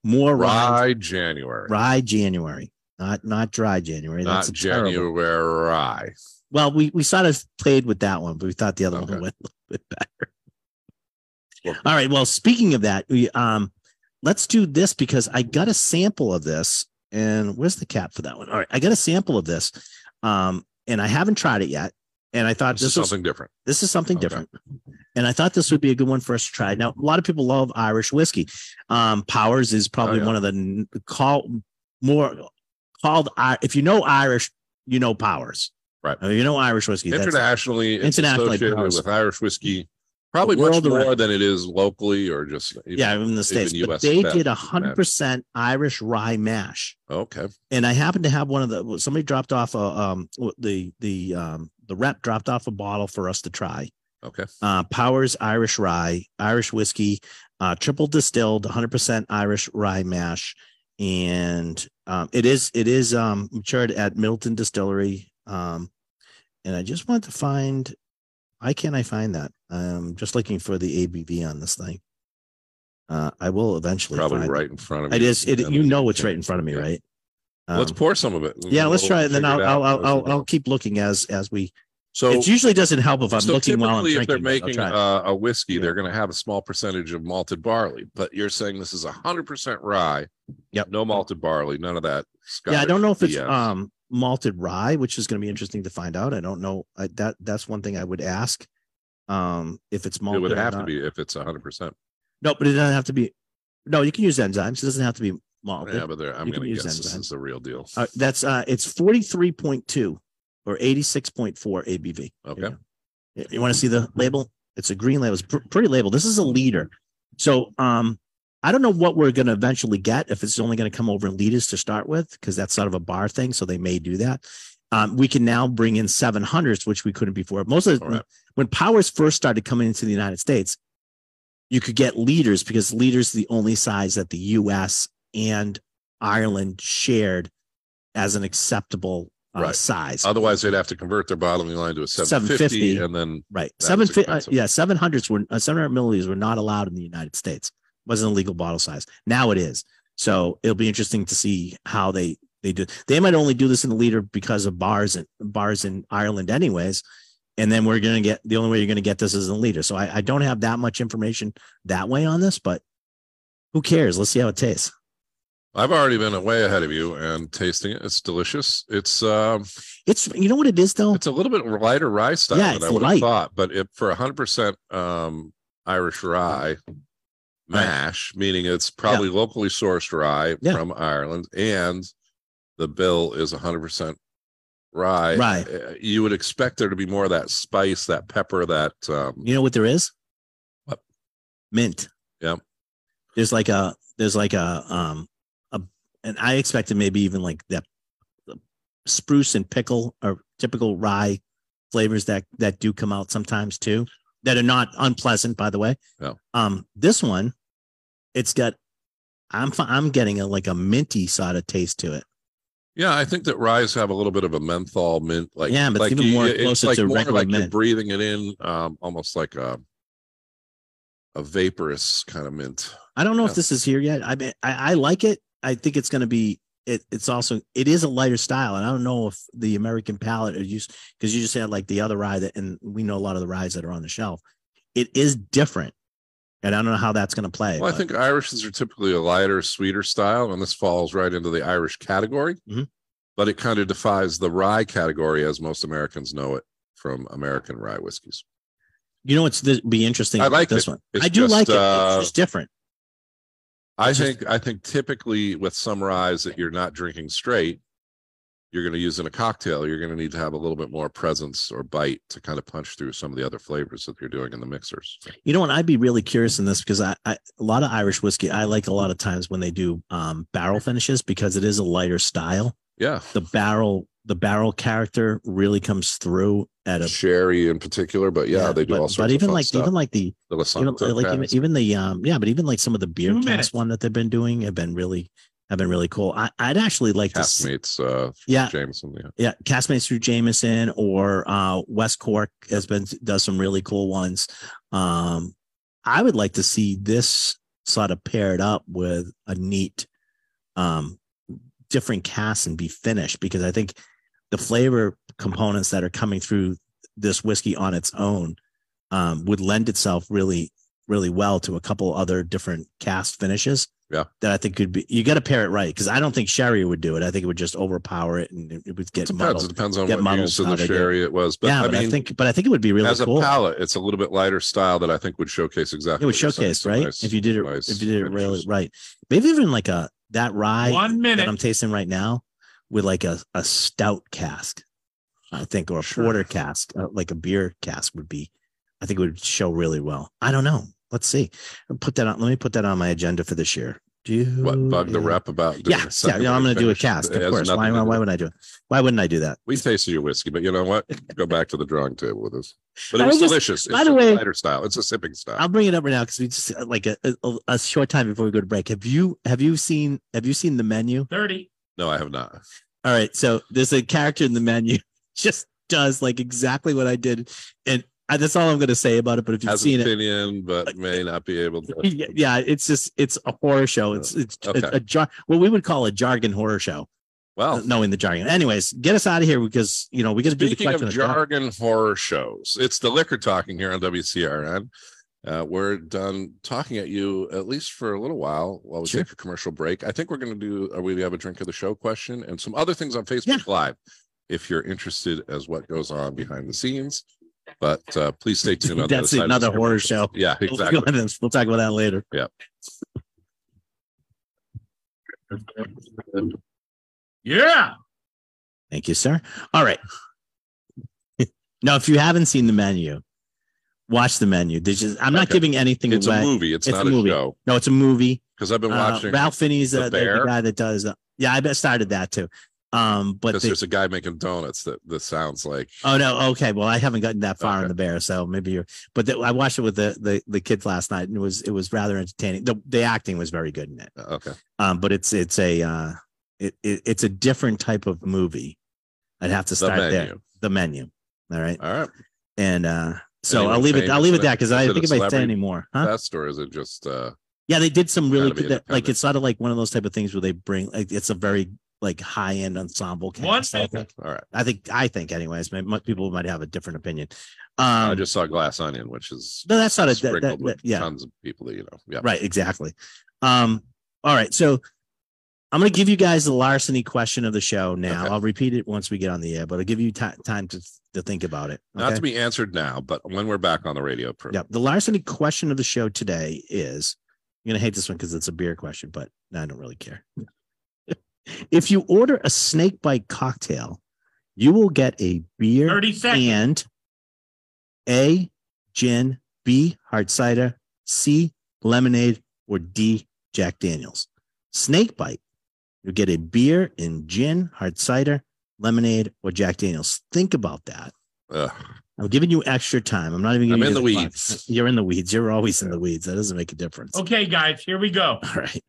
[SPEAKER 1] more rye
[SPEAKER 5] rye January,
[SPEAKER 1] rye January, not not dry January. That's
[SPEAKER 5] not
[SPEAKER 1] a terrible.
[SPEAKER 5] January rye.
[SPEAKER 1] Well, we we sort of played with that one, but we thought the other
[SPEAKER 5] Okay.
[SPEAKER 1] one went a little bit better.
[SPEAKER 5] Well-
[SPEAKER 1] All right. Well, speaking of that, we um let's do this because I got a sample of this. And where's the cap for that one? All right. I got a sample of this. Um, and I haven't tried it yet. And I thought
[SPEAKER 5] This is
[SPEAKER 1] this was
[SPEAKER 5] something different.
[SPEAKER 1] this is something
[SPEAKER 5] Okay.
[SPEAKER 1] different. And I thought this would be a good one for us to try. Now, a lot of people love Irish whiskey. Um, Powers is probably
[SPEAKER 5] Oh, yeah.
[SPEAKER 1] one of the n- call more called. I- If you know Irish, you know Powers.
[SPEAKER 5] Right.
[SPEAKER 1] If you know Irish whiskey. that's-
[SPEAKER 5] internationally, it's
[SPEAKER 1] Internationally,
[SPEAKER 5] associated
[SPEAKER 1] powers.
[SPEAKER 5] with Irish whiskey, probably
[SPEAKER 1] The
[SPEAKER 5] much
[SPEAKER 1] world
[SPEAKER 5] more
[SPEAKER 1] around.
[SPEAKER 5] than it is locally or just even-
[SPEAKER 1] yeah, in the states.
[SPEAKER 5] even
[SPEAKER 1] But
[SPEAKER 5] US
[SPEAKER 1] they
[SPEAKER 5] fat
[SPEAKER 1] did a hundred percent Irish rye mash,
[SPEAKER 5] Okay,
[SPEAKER 1] and I happened to have one of the. Somebody dropped off a um the the um the rep dropped off a bottle for us to try.
[SPEAKER 5] okay.
[SPEAKER 1] uh, Powers Irish Rye, Irish whiskey, uh, triple distilled, 100% Irish rye mash, and um, it is it is um, matured at Milton Distillery. Um, and I just want to find why can't I find that? I'm just looking for the ABV on this thing. Uh, I will eventually
[SPEAKER 5] Probably
[SPEAKER 1] find
[SPEAKER 5] right in front of
[SPEAKER 1] It,
[SPEAKER 5] me.
[SPEAKER 1] it is it,
[SPEAKER 5] And
[SPEAKER 1] you
[SPEAKER 5] then
[SPEAKER 1] know it's
[SPEAKER 5] can-
[SPEAKER 1] right in front of me,
[SPEAKER 5] yeah.
[SPEAKER 1] right?
[SPEAKER 5] let's
[SPEAKER 1] Um,
[SPEAKER 5] pour some of it. and
[SPEAKER 1] yeah, let's
[SPEAKER 5] we'll
[SPEAKER 1] try it. And then I'll
[SPEAKER 5] figure it
[SPEAKER 1] I'll,
[SPEAKER 5] out
[SPEAKER 1] I'll
[SPEAKER 5] as we
[SPEAKER 1] I'll
[SPEAKER 5] go.
[SPEAKER 1] I'll keep looking as as we.
[SPEAKER 5] So
[SPEAKER 1] it usually doesn't help if I'm
[SPEAKER 5] so
[SPEAKER 1] looking while I'm
[SPEAKER 5] typically
[SPEAKER 1] drinking.
[SPEAKER 5] if they're
[SPEAKER 1] but I'll
[SPEAKER 5] making
[SPEAKER 1] try.
[SPEAKER 5] uh, a whiskey,
[SPEAKER 1] Yeah.
[SPEAKER 5] they're going to have a small percentage of malted barley. But you're saying this is hundred percent rye.
[SPEAKER 1] Yep.
[SPEAKER 5] No malted barley. None of
[SPEAKER 1] yeah,
[SPEAKER 5] that.
[SPEAKER 1] I
[SPEAKER 5] Scottish
[SPEAKER 1] don't know if it's
[SPEAKER 5] BS.
[SPEAKER 1] um malted rye, which is going to be interesting to find out. I don't know I, that that's one thing I would ask. um, if it's malted.
[SPEAKER 5] It would
[SPEAKER 1] or
[SPEAKER 5] have to
[SPEAKER 1] not.
[SPEAKER 5] be if it's 100%.
[SPEAKER 1] No, but it doesn't have to be. No, you can use enzymes. It doesn't have to be malted.
[SPEAKER 5] Yeah, but there, I'm
[SPEAKER 1] You can
[SPEAKER 5] going to
[SPEAKER 1] use
[SPEAKER 5] guess this
[SPEAKER 1] enzymes.
[SPEAKER 5] is the real deal.
[SPEAKER 1] Uh, that's uh, it's forty three point two or eighty six point four ABV. There you
[SPEAKER 5] Okay.
[SPEAKER 1] go. You, want to see the label? It's a green label. It's pr- pretty label. This is a liter. So um, I don't know what we're going to eventually get if it's only going to come over in liters to start with because that's sort of a bar thing. So they may do that. Um, we can now bring in seven hundreds, which we couldn't before. Most of the,
[SPEAKER 5] All right.
[SPEAKER 1] when powers first started coming into the United States, you could get liters because liters the only size that the U.S. and Ireland shared as an acceptable uh,
[SPEAKER 5] Right.
[SPEAKER 1] size.
[SPEAKER 5] Otherwise, they'd have to convert their bottom line to a 750,
[SPEAKER 1] 750.
[SPEAKER 5] and then
[SPEAKER 1] right.
[SPEAKER 5] was
[SPEAKER 1] Seven fi- uh,
[SPEAKER 5] expensive.
[SPEAKER 1] yeah, seven hundreds were uh, seven hundred milliliters were not allowed in the United States. wasn't a legal bottle size. Now it is. So it'll be interesting to see how they they do. They might only do this in the leader because of bars and bars in Ireland, anyways. And then we're gonna get the only way you're gonna get this is in the leader. So I, I don't have that much information that way on this, but who cares? Let's see how it tastes.
[SPEAKER 5] I've already been way ahead of you and tasting it. It's delicious. It's um,
[SPEAKER 1] It's you know what it is though.
[SPEAKER 5] it's a little bit lighter rye style
[SPEAKER 1] Yeah,
[SPEAKER 5] than
[SPEAKER 1] it's
[SPEAKER 5] I would have
[SPEAKER 1] light.
[SPEAKER 5] thought, but it, for 100% um, Irish rye mash, meaning it's probably locally sourced rye
[SPEAKER 1] Yeah.
[SPEAKER 5] from Ireland, and the bill is 100% rye.
[SPEAKER 1] Rye.
[SPEAKER 5] Uh, You would expect there to be more of that spice, that pepper, that um,
[SPEAKER 1] You know what there is?
[SPEAKER 5] What?
[SPEAKER 1] Mint.
[SPEAKER 5] Yep.
[SPEAKER 1] There's like a there's like a um a and I expected maybe even like that spruce and pickle are typical rye flavors that that do come out sometimes too that are not unpleasant by the way.
[SPEAKER 5] No.
[SPEAKER 1] Um this one it's got I'm fi- I'm getting a like a minty sort of taste to it.
[SPEAKER 5] Yeah, I think that ryes have a little bit of a menthol mint, like
[SPEAKER 1] Yeah, but it's
[SPEAKER 5] like
[SPEAKER 1] even more closer to
[SPEAKER 5] more
[SPEAKER 1] regular
[SPEAKER 5] like you're
[SPEAKER 1] mint.
[SPEAKER 5] breathing it in, um, almost like a a vaporous kind of mint.
[SPEAKER 1] I don't know
[SPEAKER 5] Yeah.
[SPEAKER 1] if this is here yet. I mean, I, I like it. I think it's going to be. It, it's also it is a lighter style, and I don't know if the American palate is used because you just had like the other rye that, and we know a lot of the ryes that are on the shelf. It is different, and I don't know how that's going to play.
[SPEAKER 5] Well, I
[SPEAKER 1] but
[SPEAKER 5] think Irishes are typically a lighter, sweeter style, and this falls right into the Irish category.
[SPEAKER 1] Mhm.
[SPEAKER 5] But it kind of defies the rye category as most Americans know it from American rye whiskeys.
[SPEAKER 1] you know what's th- be interesting.
[SPEAKER 5] I
[SPEAKER 1] about
[SPEAKER 5] like
[SPEAKER 1] this
[SPEAKER 5] it.
[SPEAKER 1] one.
[SPEAKER 5] It's
[SPEAKER 1] I do
[SPEAKER 5] just,
[SPEAKER 1] like it.
[SPEAKER 5] uh,
[SPEAKER 1] it's just different.
[SPEAKER 5] I
[SPEAKER 1] It's
[SPEAKER 5] think I think typically with some ryes that you're not drinking straight, you're going to use in a cocktail. You're going to need to have a little bit more presence or bite to kind of punch through some of the other flavors that you're doing in the mixers.
[SPEAKER 1] You know, and I'd be really curious in this because I, I a lot of Irish whiskey I like a lot of times when they do um, barrel finishes because it is a lighter style.
[SPEAKER 5] Yeah,
[SPEAKER 1] The barrel the barrel character really comes through at a
[SPEAKER 5] sherry in particular, but yeah, they do
[SPEAKER 1] but,
[SPEAKER 5] all sorts
[SPEAKER 1] but even
[SPEAKER 5] of fun
[SPEAKER 1] like
[SPEAKER 5] stuff.
[SPEAKER 1] even like the
[SPEAKER 5] the
[SPEAKER 1] even,
[SPEAKER 5] Lasanta
[SPEAKER 1] like even,
[SPEAKER 5] patterns.
[SPEAKER 1] even the um yeah but even like some of the beer
[SPEAKER 4] Two minutes.
[SPEAKER 1] cast one that they've been doing have been really have been really cool I, i'd actually like to see,
[SPEAKER 5] castmates, uh,
[SPEAKER 1] yeah
[SPEAKER 5] Jameson. Yeah.
[SPEAKER 1] yeah castmates through jameson or uh west cork has been does some really cool ones um i would like to see this sort of paired up with a neat um different cast and be finished because i think the flavor components that are coming through this whiskey on its own um, would lend itself really really well to a couple other different cast finishes
[SPEAKER 5] Yeah.
[SPEAKER 1] that i think could be you got to pair it right because i don't think sherry would do it i think it would just overpower it and it, it would get
[SPEAKER 5] Depends. It
[SPEAKER 1] muddled
[SPEAKER 5] depends on
[SPEAKER 1] Get
[SPEAKER 5] what
[SPEAKER 1] muddled
[SPEAKER 5] used in
[SPEAKER 1] how
[SPEAKER 5] the
[SPEAKER 1] they do.
[SPEAKER 5] sherry it was. But
[SPEAKER 1] yeah
[SPEAKER 5] I
[SPEAKER 1] but
[SPEAKER 5] mean,
[SPEAKER 1] i think but i think it would be really
[SPEAKER 5] as
[SPEAKER 1] cool
[SPEAKER 5] a palette, it's a little bit lighter style that I think would showcase exactly.
[SPEAKER 1] it would
[SPEAKER 5] what you're saying.
[SPEAKER 1] showcase
[SPEAKER 5] Some
[SPEAKER 1] right
[SPEAKER 5] nice-
[SPEAKER 1] if you did it
[SPEAKER 5] nice
[SPEAKER 1] if you did it really
[SPEAKER 5] finishes.
[SPEAKER 1] right maybe even like a that rye
[SPEAKER 4] One
[SPEAKER 1] that I'm
[SPEAKER 4] minute.
[SPEAKER 1] tasting right now with like a, a stout cask, I think, or a
[SPEAKER 5] Sure.
[SPEAKER 1] porter cask, uh, like a beer cask would be, I think it would show really well. I don't know. Let's see. I'll Put that on. Let me put that on my agenda for this year. Do you
[SPEAKER 5] what bug the rep about? doing
[SPEAKER 1] Yeah, yeah. You
[SPEAKER 5] a
[SPEAKER 1] know, I'm
[SPEAKER 5] secondary
[SPEAKER 1] going to do a
[SPEAKER 5] finish?
[SPEAKER 1] cask,
[SPEAKER 5] It
[SPEAKER 1] of
[SPEAKER 5] has
[SPEAKER 1] course. Why,
[SPEAKER 5] nothing to
[SPEAKER 1] why,
[SPEAKER 5] do
[SPEAKER 1] would I do it? Why wouldn't I do that?
[SPEAKER 5] We tasted your whiskey, but you know what? Go back to the drawing table with us. But it
[SPEAKER 1] I
[SPEAKER 5] was
[SPEAKER 1] was just-
[SPEAKER 5] delicious.
[SPEAKER 1] by
[SPEAKER 5] it's
[SPEAKER 1] the
[SPEAKER 5] a
[SPEAKER 1] way-
[SPEAKER 5] lighter style. It's a sipping style.
[SPEAKER 1] I'll bring it up right now because we just like a, a, a short time before we go to break. Have you have you seen have you seen the menu?
[SPEAKER 4] 30.
[SPEAKER 5] no, I have not.
[SPEAKER 1] All right. So there's a character in the menu *laughs* just does like exactly what I did. And I, that's all I'm going to say about it. But if you've
[SPEAKER 5] Has
[SPEAKER 1] seen
[SPEAKER 5] an
[SPEAKER 1] it,
[SPEAKER 5] opinion, but may not be
[SPEAKER 1] *laughs*
[SPEAKER 5] able to.
[SPEAKER 1] yeah, yeah, it's just, it's a horror show. It's, it's
[SPEAKER 5] Okay. Oh.
[SPEAKER 1] a, a jar, what we would call a jargon horror show,
[SPEAKER 5] Well,
[SPEAKER 1] knowing the jargon. Anyways, get us out of here because, you know, we got to do the
[SPEAKER 5] speaking
[SPEAKER 1] question.
[SPEAKER 5] of
[SPEAKER 1] of the day.
[SPEAKER 5] jargon horror shows, it's the liquor talking here on WCRN. Uh, we're done talking at you at least for a little while while we
[SPEAKER 1] Sure.
[SPEAKER 5] take a commercial break. I think we're going to do uh, we have a drink of the show question and some other things on Facebook Live if you're interested as what goes on behind the scenes. But uh, please stay tuned. On the
[SPEAKER 1] That's
[SPEAKER 5] other side of
[SPEAKER 1] another
[SPEAKER 5] this
[SPEAKER 1] horror
[SPEAKER 5] commercial.
[SPEAKER 1] show.
[SPEAKER 5] Yeah,
[SPEAKER 1] We'll *laughs*
[SPEAKER 5] exactly.
[SPEAKER 1] go on this. We'll talk about that later.
[SPEAKER 3] Yeah.
[SPEAKER 1] Thank you, sir. All right. *laughs* now, if you haven't seen the menu, watch the menu. There's just, I'm not
[SPEAKER 5] Okay.
[SPEAKER 1] giving anything
[SPEAKER 5] It's
[SPEAKER 1] away.
[SPEAKER 5] a movie. It's,
[SPEAKER 1] It's
[SPEAKER 5] not
[SPEAKER 1] a
[SPEAKER 5] a,
[SPEAKER 1] movie.
[SPEAKER 5] show
[SPEAKER 1] No, it's a movie.
[SPEAKER 5] because I've been
[SPEAKER 1] Uh,
[SPEAKER 5] watching
[SPEAKER 1] Ralph Finney's
[SPEAKER 5] The
[SPEAKER 1] uh, the, the
[SPEAKER 5] Bear.
[SPEAKER 1] guy that does. Uh, yeah, I bet started that too. Um, but
[SPEAKER 5] because
[SPEAKER 1] the,
[SPEAKER 5] there's a guy making donuts that that sounds like
[SPEAKER 1] oh no, okay. Well, I haven't gotten that far
[SPEAKER 5] Okay.
[SPEAKER 1] in the bear, so maybe you're. But the, I watched it with the, the the kids last night, and it was it was rather entertaining. The the acting was very good in it.
[SPEAKER 5] uh, okay.
[SPEAKER 1] Um, but it's it's a uh, it, it it's a different type of movie. I'd have to
[SPEAKER 5] The
[SPEAKER 1] start there.
[SPEAKER 5] menu.
[SPEAKER 1] The menu. All right.
[SPEAKER 5] All right.
[SPEAKER 1] and uh so
[SPEAKER 5] Anyone
[SPEAKER 1] I'll leave it.
[SPEAKER 5] famous
[SPEAKER 1] I'll leave it
[SPEAKER 5] in it?
[SPEAKER 1] that because
[SPEAKER 5] Is
[SPEAKER 1] I
[SPEAKER 5] it a
[SPEAKER 1] think if I say
[SPEAKER 5] celebrity?
[SPEAKER 1] anymore, huh?
[SPEAKER 5] That story is it just uh
[SPEAKER 1] yeah, they did some really
[SPEAKER 5] gotta be
[SPEAKER 1] good. that- Like
[SPEAKER 5] independent.
[SPEAKER 1] it's sort of like one of those type of things where they bring. Like, it's a very like high end ensemble
[SPEAKER 3] One
[SPEAKER 1] cast. I
[SPEAKER 3] thing-
[SPEAKER 1] think.
[SPEAKER 5] all right.
[SPEAKER 1] I think. I think. Anyways, may- mu- people might have a different opinion.
[SPEAKER 5] I
[SPEAKER 1] Um,
[SPEAKER 5] just saw Glass Onion, which is
[SPEAKER 1] no, that's not a. That,
[SPEAKER 5] sprinkled
[SPEAKER 1] that,
[SPEAKER 5] with
[SPEAKER 1] that- yeah,
[SPEAKER 5] tons of people that you know. Yeah.
[SPEAKER 1] right. Exactly. Um. All right. So I'm going to give you guys the larceny question of the show now.
[SPEAKER 5] Okay.
[SPEAKER 1] I'll repeat it once we get on the air, but I'll give you ti- time to to think about it.
[SPEAKER 5] Not to be answered now, but when we're back on the radio, per-
[SPEAKER 1] Yeah. The larceny question of the show today is I'm going to hate this one because it's a beer question, but I don't really care. *laughs* if you order a snake bite cocktail, you will get a beer
[SPEAKER 3] 30 seconds.
[SPEAKER 1] and A, gin, B, hard cider, C, lemonade, or D, Jack Daniels. Snake bite, you'll get a beer and gin, hard cider, lemonade, or Jack Daniels. Think about that.
[SPEAKER 5] Ugh.
[SPEAKER 1] I'm giving you extra time. I'm not even giving
[SPEAKER 5] I'm in
[SPEAKER 1] you
[SPEAKER 5] the
[SPEAKER 1] clock.
[SPEAKER 5] weeds.
[SPEAKER 1] *laughs* You're in the weeds. You're always in the weeds. That doesn't make a difference.
[SPEAKER 3] Okay, guys, here we go.
[SPEAKER 1] *laughs* All right.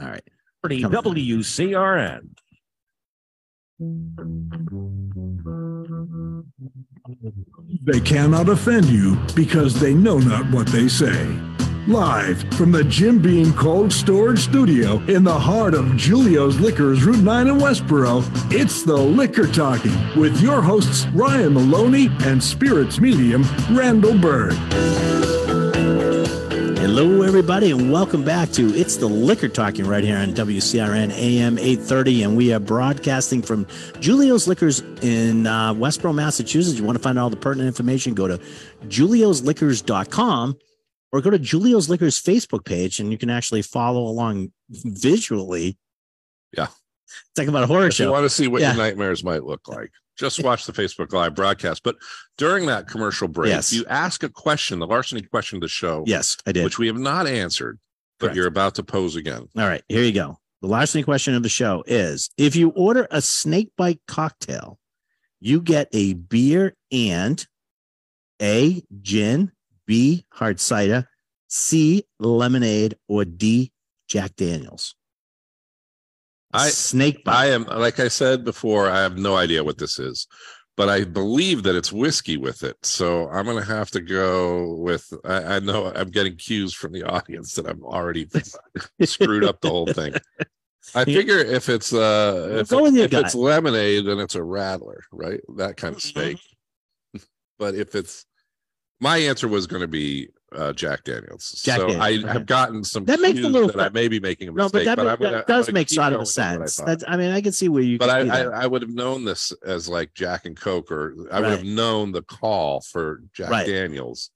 [SPEAKER 1] All right.
[SPEAKER 2] WCRN.
[SPEAKER 4] They cannot offend you because they know not what they say. Live from the Jim Beam Cold Storage Studio in the heart of Julio's Liquors, Route 9 in Westboro, it's the Liquor Talking with your hosts Ryan Maloney and spirits medium Randall Berg.
[SPEAKER 1] Hello, everybody, and welcome back to It's the Liquor Talking right here on WCRN AM 830. And we are broadcasting from Julio's Liquors in uh, Westboro, Massachusetts. You want to find all the pertinent information, go to juliosliquors.com or go to Julio's Liquors Facebook page and you can actually follow along visually.
[SPEAKER 5] Yeah.
[SPEAKER 1] It's like about a horror
[SPEAKER 5] If you
[SPEAKER 1] show.
[SPEAKER 5] want to see what
[SPEAKER 1] Yeah.
[SPEAKER 5] your nightmares might look like, just watch the Facebook Live broadcast. But during that commercial break,
[SPEAKER 1] Yes.
[SPEAKER 5] you ask a question, the larceny question of the show,
[SPEAKER 1] Yes, I did.
[SPEAKER 5] which we have not answered, but
[SPEAKER 1] Correct.
[SPEAKER 5] you're about to pose again.
[SPEAKER 1] All right, here you go. The larceny question of the show is if you order a snake bite cocktail, you get a beer and A, gin, B, hard cider, C, lemonade, or D, Jack Daniels.
[SPEAKER 5] I-
[SPEAKER 1] snake
[SPEAKER 5] I
[SPEAKER 1] bite.
[SPEAKER 5] am, like I said before, I have no idea what this is, but I believe that it's whiskey with it. So I'm going to have to go with. I, I know I'm getting cues from the audience that
[SPEAKER 1] *laughs*
[SPEAKER 5] I'm already screwed up the whole thing. I
[SPEAKER 1] Yeah.
[SPEAKER 5] figure if it's uh if,
[SPEAKER 1] Go with your
[SPEAKER 5] if it's
[SPEAKER 1] gut. Mm-hmm.
[SPEAKER 5] lemonade, then it's a rattler, right? That kind of steak. *laughs* but if it's my answer was going to be uh, Jack Daniels.
[SPEAKER 1] Jack
[SPEAKER 5] so
[SPEAKER 1] Daniels,
[SPEAKER 5] I
[SPEAKER 1] okay.
[SPEAKER 5] have gotten some
[SPEAKER 1] That makes a
[SPEAKER 5] cues
[SPEAKER 1] little
[SPEAKER 5] that I
[SPEAKER 1] sense.
[SPEAKER 5] may be making a
[SPEAKER 1] no,
[SPEAKER 5] mistake.
[SPEAKER 1] but that,
[SPEAKER 5] I'm gonna-
[SPEAKER 1] that
[SPEAKER 5] I'm
[SPEAKER 1] does
[SPEAKER 5] gonna
[SPEAKER 1] make
[SPEAKER 5] keep
[SPEAKER 1] sort of
[SPEAKER 5] going
[SPEAKER 1] a
[SPEAKER 5] with what I
[SPEAKER 1] sense.
[SPEAKER 5] thought
[SPEAKER 1] That's, I mean, I can see where you.
[SPEAKER 5] but
[SPEAKER 1] can
[SPEAKER 5] I,
[SPEAKER 1] see
[SPEAKER 5] I,
[SPEAKER 1] that.
[SPEAKER 5] I would have known this as like Jack and Coke, or I would
[SPEAKER 1] Right.
[SPEAKER 5] have known the call for Jack
[SPEAKER 1] Right.
[SPEAKER 5] Daniels,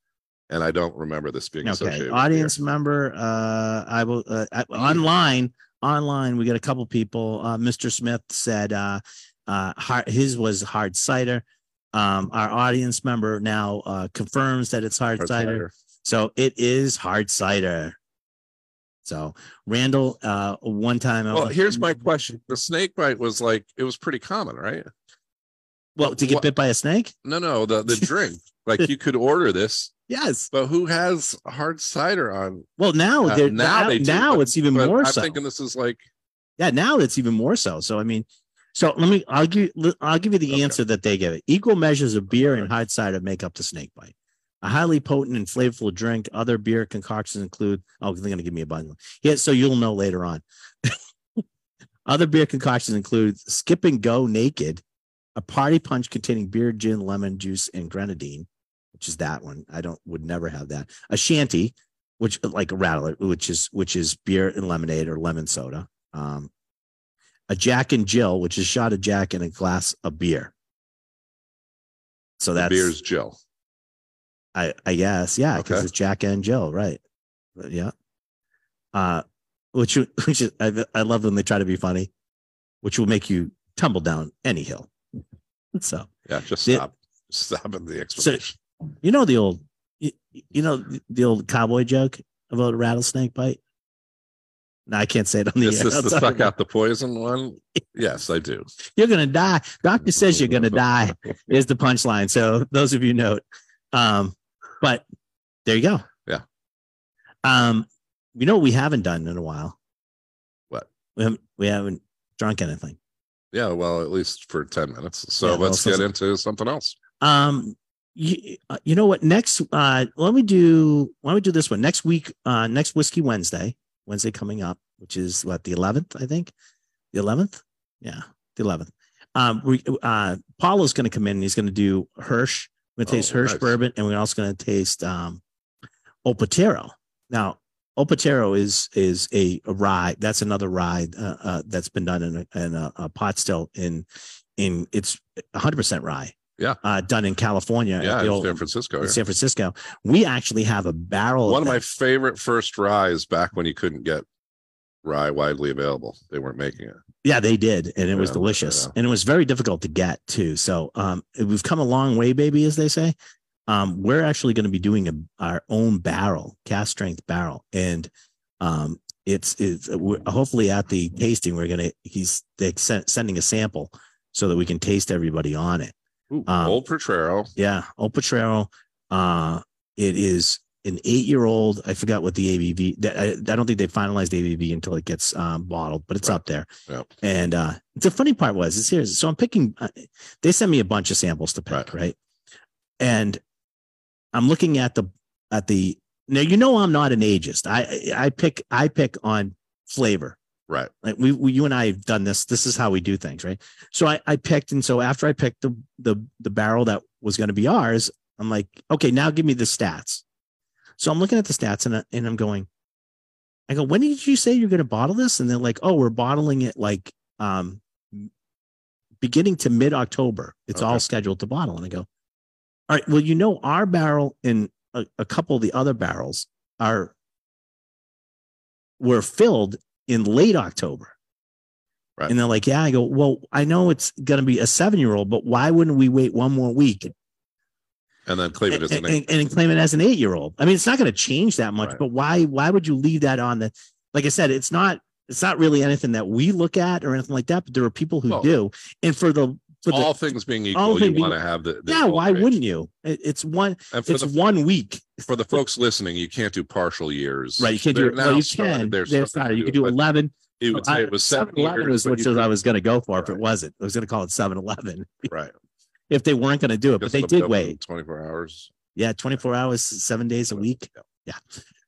[SPEAKER 5] and I don't remember this being
[SPEAKER 1] okay
[SPEAKER 5] associated.
[SPEAKER 1] audience member uh i will uh, I, online online we got a couple people uh mr smith said uh uh hard, his was hard cider um our audience member now uh confirms that it's hard,
[SPEAKER 5] with beer.
[SPEAKER 1] cider. so it is hard cider so randall uh one time I
[SPEAKER 5] Well,
[SPEAKER 1] was-
[SPEAKER 5] here's my question: The snake bite was like it was pretty common, right?
[SPEAKER 1] well to get
[SPEAKER 5] what-
[SPEAKER 1] bit by a snake
[SPEAKER 5] No, no,
[SPEAKER 1] *laughs*
[SPEAKER 5] the the drink. like you could order this,
[SPEAKER 1] yes
[SPEAKER 5] but who has hard cider on?
[SPEAKER 1] well now
[SPEAKER 5] Uh,
[SPEAKER 1] they're,
[SPEAKER 5] now
[SPEAKER 1] now,
[SPEAKER 5] they do,
[SPEAKER 1] now
[SPEAKER 5] but-
[SPEAKER 1] it's even
[SPEAKER 5] But
[SPEAKER 1] more
[SPEAKER 5] I'm
[SPEAKER 1] so
[SPEAKER 5] thinking this is like
[SPEAKER 1] Yeah, now that's even more so. So I mean, so let me. I'll give. I'll give you the
[SPEAKER 5] Okay.
[SPEAKER 1] answer that they give it. Equal measures of beer and
[SPEAKER 5] Okay.
[SPEAKER 1] hard cider make up the snake bite. A highly potent and flavorful drink. Other beer concoctions include. Oh, they're going to give me a bundle. Yeah, so you'll know later on. *laughs* Other beer concoctions include skip and go naked, a party punch containing beer, gin, lemon juice, and grenadine, which is that one. I don't would never have that. A shanty, which uh, like a rattler, which is which is beer and lemonade or lemon soda. Um, a Jack and Jill, which is shot of Jack and a glass of beer. So
[SPEAKER 5] The
[SPEAKER 1] that's
[SPEAKER 5] beer's Jill.
[SPEAKER 1] I, I guess, yeah, because
[SPEAKER 5] Okay.
[SPEAKER 1] it's Jack and Jill, right? But yeah. Uh, which you- which is, I I love when they try to be funny, which will make you tumble down any hill. *laughs* So
[SPEAKER 5] Yeah, just
[SPEAKER 1] The-
[SPEAKER 5] stop. Stop at the explanation. *laughs*
[SPEAKER 1] you know the old you, you know the old cowboy joke about a rattlesnake bite. No, I can't say it on the
[SPEAKER 5] Is
[SPEAKER 1] air.
[SPEAKER 5] this
[SPEAKER 1] I'm
[SPEAKER 5] the
[SPEAKER 1] sorry.
[SPEAKER 5] suck out the poison one? Yes, I do.
[SPEAKER 1] You're gonna die. Doctor says you're gonna
[SPEAKER 5] *laughs*
[SPEAKER 1] die is the punchline. So those of you know it. Um, but there you go.
[SPEAKER 5] Yeah.
[SPEAKER 1] Um, you know what we haven't done in a while.
[SPEAKER 5] What?
[SPEAKER 1] We haven't we haven't drunk anything.
[SPEAKER 5] Yeah, well, at least for 10 minutes. So
[SPEAKER 1] Yeah, well,
[SPEAKER 5] let's
[SPEAKER 1] so-
[SPEAKER 5] get into something else.
[SPEAKER 1] Um you, uh, you know what next uh let me do why don't we do this one next week uh next whiskey wednesday wednesday coming up which is what the 11th i think the 11th yeah the 11th um we uh paula's going to come in and he's going to do hirsch we're going to taste
[SPEAKER 5] Oh,
[SPEAKER 1] hirsch
[SPEAKER 5] nice.
[SPEAKER 1] bourbon and we're also going to taste um opatero now opatero is is a, a rye that's another rye uh, uh, that's been done in a, in a, a pot still in in it's 100% rye
[SPEAKER 5] Yeah.
[SPEAKER 1] uh, done in California at
[SPEAKER 5] Yeah,
[SPEAKER 1] the
[SPEAKER 5] in
[SPEAKER 1] old-
[SPEAKER 5] San Francisco.
[SPEAKER 1] in
[SPEAKER 5] here.
[SPEAKER 1] San Francisco. We actually have a barrel.
[SPEAKER 5] One of my
[SPEAKER 1] that.
[SPEAKER 5] favorite first ryes back when you couldn't get rye widely available. They weren't making it.
[SPEAKER 1] yeah, they did, and it was
[SPEAKER 5] Yeah,
[SPEAKER 1] delicious,
[SPEAKER 5] yeah.
[SPEAKER 1] and it was very difficult to get too. So um, we've come a long way, baby, as they say. Um, we're actually going to be doing a, our own barrel, cast strength barrel, and um, it's it's we're, hopefully at the tasting we're gonna he's they sent, sending a sample so that we can taste everybody on it.
[SPEAKER 5] Ooh,
[SPEAKER 1] Um,
[SPEAKER 5] Old Portrero.
[SPEAKER 1] Yeah, Opatrero. Uh, it is an eight-year-old. I forgot what the ABV. that- I, I don't think they finalized the ABV until it gets um, bottled, but it's
[SPEAKER 5] Right.
[SPEAKER 1] up there.
[SPEAKER 5] Yep.
[SPEAKER 1] And uh, the funny part was, is here. So I'm picking. Uh, they sent me a bunch of samples to pick, right.
[SPEAKER 5] Right.
[SPEAKER 1] And I'm looking at the at the now. You know, I'm not an ageist. I I pick I pick on flavor.
[SPEAKER 5] Right.
[SPEAKER 1] Like we, we you and I have done this. This is how we do things, right? So I, I picked, and so after I picked the the the barrel that was going to be ours, I'm like, okay, now give me the stats. So I'm looking at the stats, and I, and I'm going, I go, when did you say you're going to bottle this? And they're like, oh, we're bottling it like um beginning to mid October. It's all
[SPEAKER 5] Okay.
[SPEAKER 1] scheduled to bottle. And I go, all right, well, you know, our barrel and a, a couple of the other barrels are were filled in late October.
[SPEAKER 5] Right.
[SPEAKER 1] And they're like, yeah, I go, well, I know it's going to be a seven year old, but why wouldn't we wait one more week
[SPEAKER 5] And then Cleveland
[SPEAKER 1] and,
[SPEAKER 5] is the name.
[SPEAKER 1] and, and claim it as an eight year old? I mean, it's not going to change that much,
[SPEAKER 5] Right.
[SPEAKER 1] but why, why would you leave that on the, like I said, it's not, it's not really anything that we look at or anything like that, but there are people who
[SPEAKER 5] Well,
[SPEAKER 1] do. And for the, for the,
[SPEAKER 5] all things being
[SPEAKER 1] all
[SPEAKER 5] equal, you
[SPEAKER 1] things being-
[SPEAKER 5] want to have the, the
[SPEAKER 1] yeah,
[SPEAKER 5] old
[SPEAKER 1] why
[SPEAKER 5] range.
[SPEAKER 1] wouldn't you? It, it's one,
[SPEAKER 5] And for
[SPEAKER 1] it's
[SPEAKER 5] the
[SPEAKER 1] one week.
[SPEAKER 5] for the folks listening, you can't do partial years,
[SPEAKER 1] Right, you can't do
[SPEAKER 5] They're
[SPEAKER 1] it.
[SPEAKER 5] now
[SPEAKER 1] Well, you
[SPEAKER 5] started-
[SPEAKER 1] can.
[SPEAKER 5] they're
[SPEAKER 1] They're
[SPEAKER 5] starting
[SPEAKER 1] sorry.
[SPEAKER 5] to
[SPEAKER 1] You can
[SPEAKER 5] it,
[SPEAKER 1] do
[SPEAKER 5] but
[SPEAKER 1] eleven.
[SPEAKER 5] You would say it was seven years,
[SPEAKER 1] was
[SPEAKER 5] but
[SPEAKER 1] which
[SPEAKER 5] you
[SPEAKER 1] is I
[SPEAKER 5] could-
[SPEAKER 1] was going to go for if it
[SPEAKER 5] Right.
[SPEAKER 1] wasn't. I was going to call it seven eleven
[SPEAKER 5] *laughs* right.
[SPEAKER 1] if they weren't going to do it, but
[SPEAKER 5] Because
[SPEAKER 1] they
[SPEAKER 5] of the
[SPEAKER 1] did wait.
[SPEAKER 5] twenty four hours.
[SPEAKER 1] Yeah, twenty four hours, seven days a week.
[SPEAKER 5] Yeah.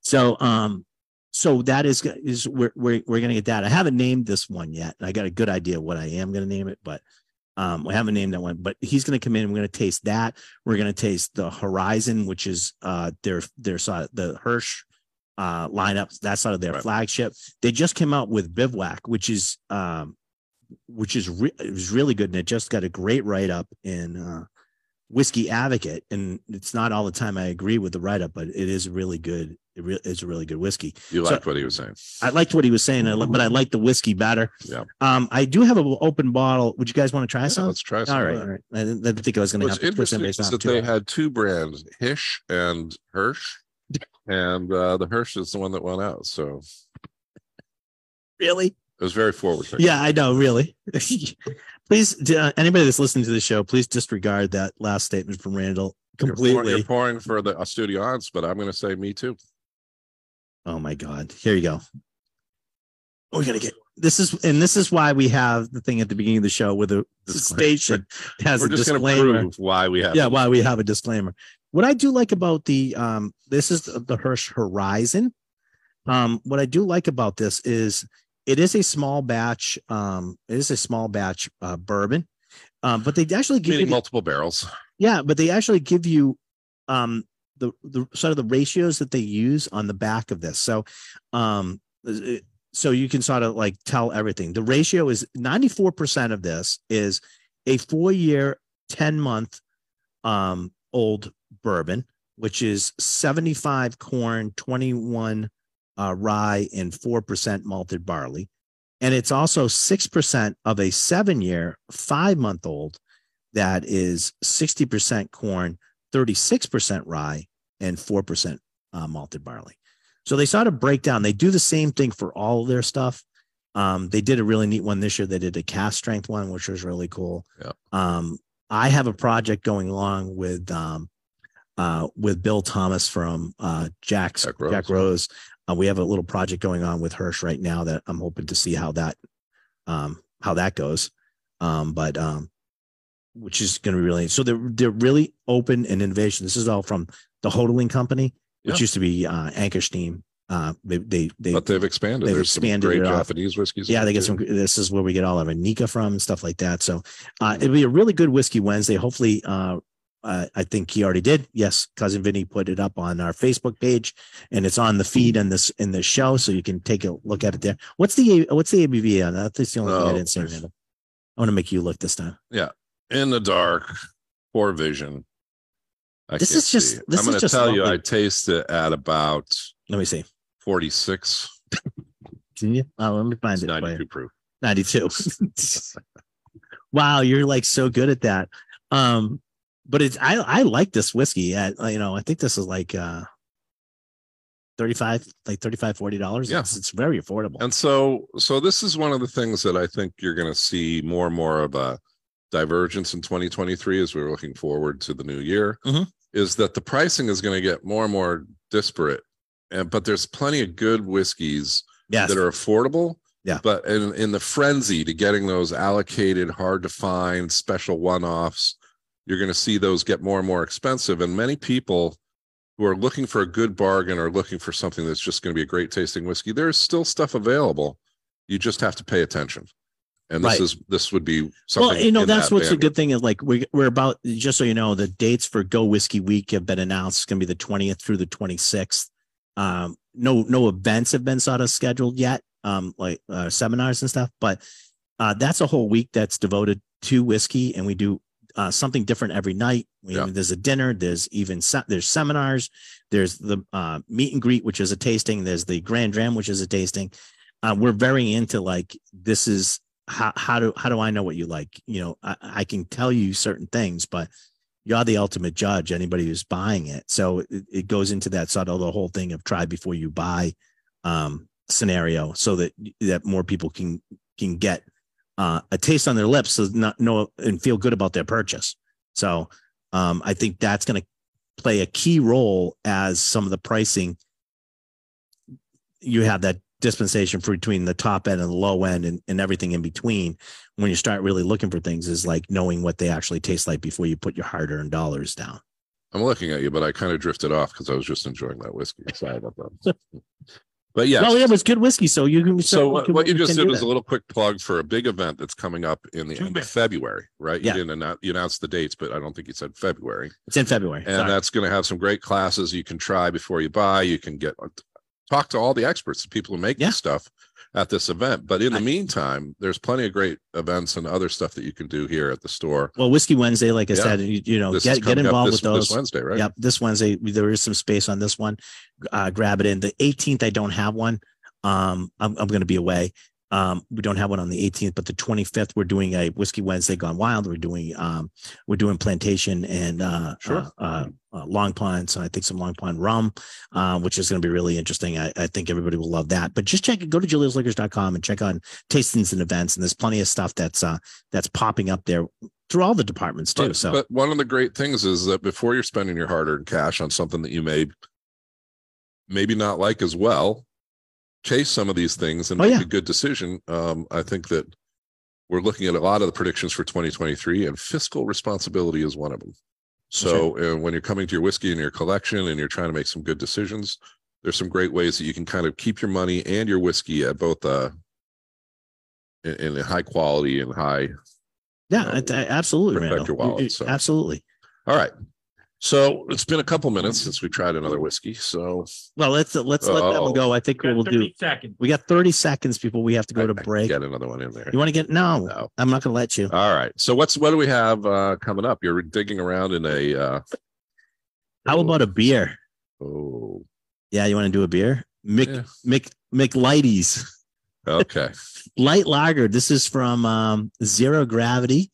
[SPEAKER 1] So um, so that is is we're we're we're gonna get that. I haven't named this one yet. I got a good idea what I am gonna name it, but um, I haven't named that one. But he's gonna come in. and We're gonna taste that. We're gonna taste the Horizon, which is uh their their side the Hirsch uh lineup. That's side of their
[SPEAKER 5] Right.
[SPEAKER 1] flagship. They just came out with Bivouac, which is um, which is re- it was really good, and it just got a great write up in uh, Whiskey Advocate. And it's not all the time I agree with the write up, but it is really good. It re- it's a really good whiskey.
[SPEAKER 5] You
[SPEAKER 1] So-
[SPEAKER 5] liked what he was saying.
[SPEAKER 1] I liked what he was saying, I li- but I like the whiskey better.
[SPEAKER 5] Yeah.
[SPEAKER 1] Um, I do have an open bottle. Would you guys want to try
[SPEAKER 5] Yeah,
[SPEAKER 1] some?
[SPEAKER 5] let's try some.
[SPEAKER 1] all
[SPEAKER 5] of
[SPEAKER 1] right,
[SPEAKER 5] that.
[SPEAKER 1] all right. I didn't, I didn't think I was going to have
[SPEAKER 5] What's
[SPEAKER 1] to put
[SPEAKER 5] interesting
[SPEAKER 1] somebody
[SPEAKER 5] is
[SPEAKER 1] off
[SPEAKER 5] that
[SPEAKER 1] too.
[SPEAKER 5] they had two brands, Hish and
[SPEAKER 1] *laughs*
[SPEAKER 5] Hirsch, and uh, the Hirsch is the one that went out. So
[SPEAKER 1] really?
[SPEAKER 5] it was very forward. thinking.
[SPEAKER 1] Yeah, I know. Really. *laughs* please, d- uh, anybody that's listening to the show, please disregard that last statement from Randall
[SPEAKER 5] You're pour-
[SPEAKER 1] completely.
[SPEAKER 5] You're pouring for the Astudion's, but I'm going to say me too.
[SPEAKER 1] Oh my God. Here you go. We're going to get this is, and this is why we have the thing at the beginning of the show where the the
[SPEAKER 5] Disclaimer.
[SPEAKER 1] *laughs* station has
[SPEAKER 5] We're
[SPEAKER 1] a
[SPEAKER 5] just going to
[SPEAKER 1] disclaimer.
[SPEAKER 5] prove why we have.
[SPEAKER 1] yeah, why we have a disclaimer. What I do like about the um this is the, the Hirsch Horizon. Um what I do like about this is it is a small batch um it is a small batch uh, bourbon. Um but they actually give you
[SPEAKER 5] Meaning
[SPEAKER 1] the-
[SPEAKER 5] multiple barrels.
[SPEAKER 1] yeah, but they actually give you um the the sort of the ratios that they use on the back of this. So um it- so you can sort of like tell everything. The ratio is 94% of this is a 4 year 10 month um, old bourbon, which is 75 corn, 21 uh, rye, and 4% malted barley. And it's also 6% of a seven year, five month old that is 60% corn, 36% rye, and 4% uh, malted barley. So they sort of break down. They do the same thing for all of their stuff. Um, they did a really neat one this year. They did a cast strength one, which was really cool.
[SPEAKER 5] Yeah.
[SPEAKER 1] Um, I have a project going along with um, uh, with Bill Thomas from uh, Jack's
[SPEAKER 5] Jack Rose.
[SPEAKER 1] Jack Rose. Uh, we have a little project going on with Hirsch right now that I'm hoping to see how that um, how that goes. Um, but um, which is going to be really so they're they're really open and innovation. This is all from the Hodling Company, which
[SPEAKER 5] Yeah.
[SPEAKER 1] used to be uh, Anchor Steam. Uh, they they they
[SPEAKER 5] but they've expanded.
[SPEAKER 1] they've
[SPEAKER 5] There's
[SPEAKER 1] expanded
[SPEAKER 5] some
[SPEAKER 1] it
[SPEAKER 5] great
[SPEAKER 1] off.
[SPEAKER 5] Japanese whiskeys.
[SPEAKER 1] yeah,
[SPEAKER 5] in
[SPEAKER 1] they
[SPEAKER 5] there,
[SPEAKER 1] get some.
[SPEAKER 5] too.
[SPEAKER 1] This is where we get all of our Nika from and stuff like that. So uh, it'll be a really good whiskey Wednesday. Hopefully, uh, uh, I think he already did. Yes, cousin Vinny put it up on our Facebook page, and it's on the feed and this in the show, so you can take a look at it there. What's the what's the ABV on that? That's the only thing I
[SPEAKER 5] Oh,
[SPEAKER 1] didn't say.
[SPEAKER 5] nice.
[SPEAKER 1] Randall. I want to make you look this time.
[SPEAKER 5] in the dark, poor vision. I
[SPEAKER 1] This
[SPEAKER 5] can't
[SPEAKER 1] is just-
[SPEAKER 5] see.
[SPEAKER 1] this is
[SPEAKER 5] I'm going to
[SPEAKER 1] just
[SPEAKER 5] tell you,
[SPEAKER 1] lovely.
[SPEAKER 5] I taste it at about
[SPEAKER 1] Let me see.
[SPEAKER 5] 46.
[SPEAKER 1] Can you? Oh, let me find
[SPEAKER 5] Hmm? It's
[SPEAKER 1] it. for you.
[SPEAKER 5] 92 proof.
[SPEAKER 1] 92 wow you're like so good at that um but it's i i like this whiskey at uh, you know i think this is like uh 35 like 35 40 dollars
[SPEAKER 5] Yeah.
[SPEAKER 1] it's, it's very affordable
[SPEAKER 5] And so, so this is one of the things that I think you're going to see more and more of a divergence in 2023 as we're looking forward to the new year.
[SPEAKER 1] Mhm.
[SPEAKER 5] Is that the pricing is going to get more and more disparate, and but there's plenty of good whiskeys
[SPEAKER 1] yes
[SPEAKER 5] that are affordable.
[SPEAKER 1] Yeah.
[SPEAKER 5] But in, in the frenzy to getting those allocated, hard to find, special one offs, you're going to see those get more and more expensive. And many people who are looking for a good bargain or looking for something that's just going to be a great tasting whiskey, there's still stuff available. You just have to pay attention. And this
[SPEAKER 1] Right.
[SPEAKER 5] is this would be something.
[SPEAKER 1] well you know
[SPEAKER 5] in
[SPEAKER 1] that's
[SPEAKER 5] that
[SPEAKER 1] what's a
[SPEAKER 5] bandwidth.
[SPEAKER 1] good thing is like we, we're about just so you know the dates for go whiskey week have been announced it's going to be the 20th through the 26th um no no events have been sort of scheduled yet um like uh, seminars and stuff but uh that's a whole week that's devoted to whiskey and we do uh, something different every night. We,
[SPEAKER 5] Yeah.
[SPEAKER 1] There's a dinner. There's even se- there's seminars. There's the uh, meet and greet, which is a tasting. There's the grand dram, which is a tasting. Uh, we're very into like this is how how do how do I know what you like? You know, I, I can tell you certain things, but you're the ultimate judge. Anybody who's buying it, so it, it goes into that sort of the whole thing of try before you buy um, scenario, so that that more people can can get uh, a taste on their lips, so not know and feel good about their purchase. So um, I think that's going to play a key role as some of the pricing. You have that dispensation for between the top end and the low end and, and everything in between. When you start really looking for things, is like knowing what they actually taste like before you put your hard earned dollars down.
[SPEAKER 5] I'm looking at you, but I kind of drifted off because I was just enjoying that whiskey. Sorry about that. *laughs* But yeah,
[SPEAKER 1] Well, yeah, but it's good whiskey. So you can.
[SPEAKER 5] So what,
[SPEAKER 1] can-
[SPEAKER 5] what you
[SPEAKER 1] can
[SPEAKER 5] just
[SPEAKER 1] do
[SPEAKER 5] did was
[SPEAKER 1] that.
[SPEAKER 5] a little quick plug for a big event that's coming up in the
[SPEAKER 3] Too
[SPEAKER 5] end
[SPEAKER 3] big.
[SPEAKER 5] of February, right?
[SPEAKER 1] Yeah.
[SPEAKER 5] You didn't announce, you announced the dates, but I don't think you said February.
[SPEAKER 1] It's in February.
[SPEAKER 5] And uh,
[SPEAKER 1] Sorry.
[SPEAKER 5] that's going to have some great classes you can try before you buy. You can get uh, talk to all the experts, the people who make
[SPEAKER 1] Yeah.
[SPEAKER 5] this stuff at this event. But in the
[SPEAKER 1] I-
[SPEAKER 5] meantime, there's plenty of great events and other stuff that you can do here at the store.
[SPEAKER 1] well, Whiskey Wednesday, like I
[SPEAKER 5] Yeah.
[SPEAKER 1] said, you, you know,
[SPEAKER 5] This is
[SPEAKER 1] Oh, get get
[SPEAKER 5] coming up
[SPEAKER 1] involved
[SPEAKER 5] this-
[SPEAKER 1] with those.
[SPEAKER 5] this Wednesday, right?
[SPEAKER 1] Yep. This Wednesday, there is some space on this one. Uh, grab it in. The 18th, I don't have one. Um, I'm, I'm going to be away. Um, we don't have one on the 18th, but the 25th, we're doing a Whiskey Wednesday Gone Wild. We're doing um, we're doing Plantation and uh,
[SPEAKER 5] Sure.
[SPEAKER 1] uh, uh, uh, Long Pond. So I think some Long Pond rum, uh, which is going to be really interesting. I, I think everybody will love that. But just check it. Go to juliusliquors.com and check on tastings and events. And there's plenty of stuff that's uh, that's popping up there through all the departments too.
[SPEAKER 5] But,
[SPEAKER 1] so
[SPEAKER 5] but one of the great things is that before you're spending your hard-earned cash on something that you may maybe not like as well, chase some of these things and
[SPEAKER 1] Oh,
[SPEAKER 5] make
[SPEAKER 1] yeah.
[SPEAKER 5] a good decision. Um, I think that we're looking at a lot of the predictions for 2023, and fiscal responsibility is one of them. So uh, when you're coming to your whiskey and your collection, and you're trying to make some good decisions, there's some great ways that you can kind of keep your money and your whiskey at both uh, in, in high quality and high
[SPEAKER 1] yeah, I- I- absolutely.
[SPEAKER 5] Protect
[SPEAKER 1] Randall.
[SPEAKER 5] uh, your wallet,
[SPEAKER 1] You- you-
[SPEAKER 5] so.
[SPEAKER 1] Absolutely.
[SPEAKER 5] All right. So it's been a couple minutes since we tried another whiskey. So
[SPEAKER 1] Well, let's let's let that
[SPEAKER 5] Oh.
[SPEAKER 1] one go. I think
[SPEAKER 3] Got
[SPEAKER 1] we'll do.
[SPEAKER 3] 30 seconds.
[SPEAKER 1] We got 30 seconds before we have to go to
[SPEAKER 5] I- I
[SPEAKER 1] break.
[SPEAKER 5] Get another one in there.
[SPEAKER 1] You want to get no?
[SPEAKER 5] No.
[SPEAKER 1] I'm not going to let you.
[SPEAKER 5] All right. So what's what do we have uh coming up? You're digging around in a uh
[SPEAKER 1] How about a beer?
[SPEAKER 5] oh
[SPEAKER 1] Yeah, you want to do a beer? Mick
[SPEAKER 5] yeah.
[SPEAKER 1] Mick McLighties
[SPEAKER 5] okay.
[SPEAKER 1] Light Lager. This is from um, Zero Gravity,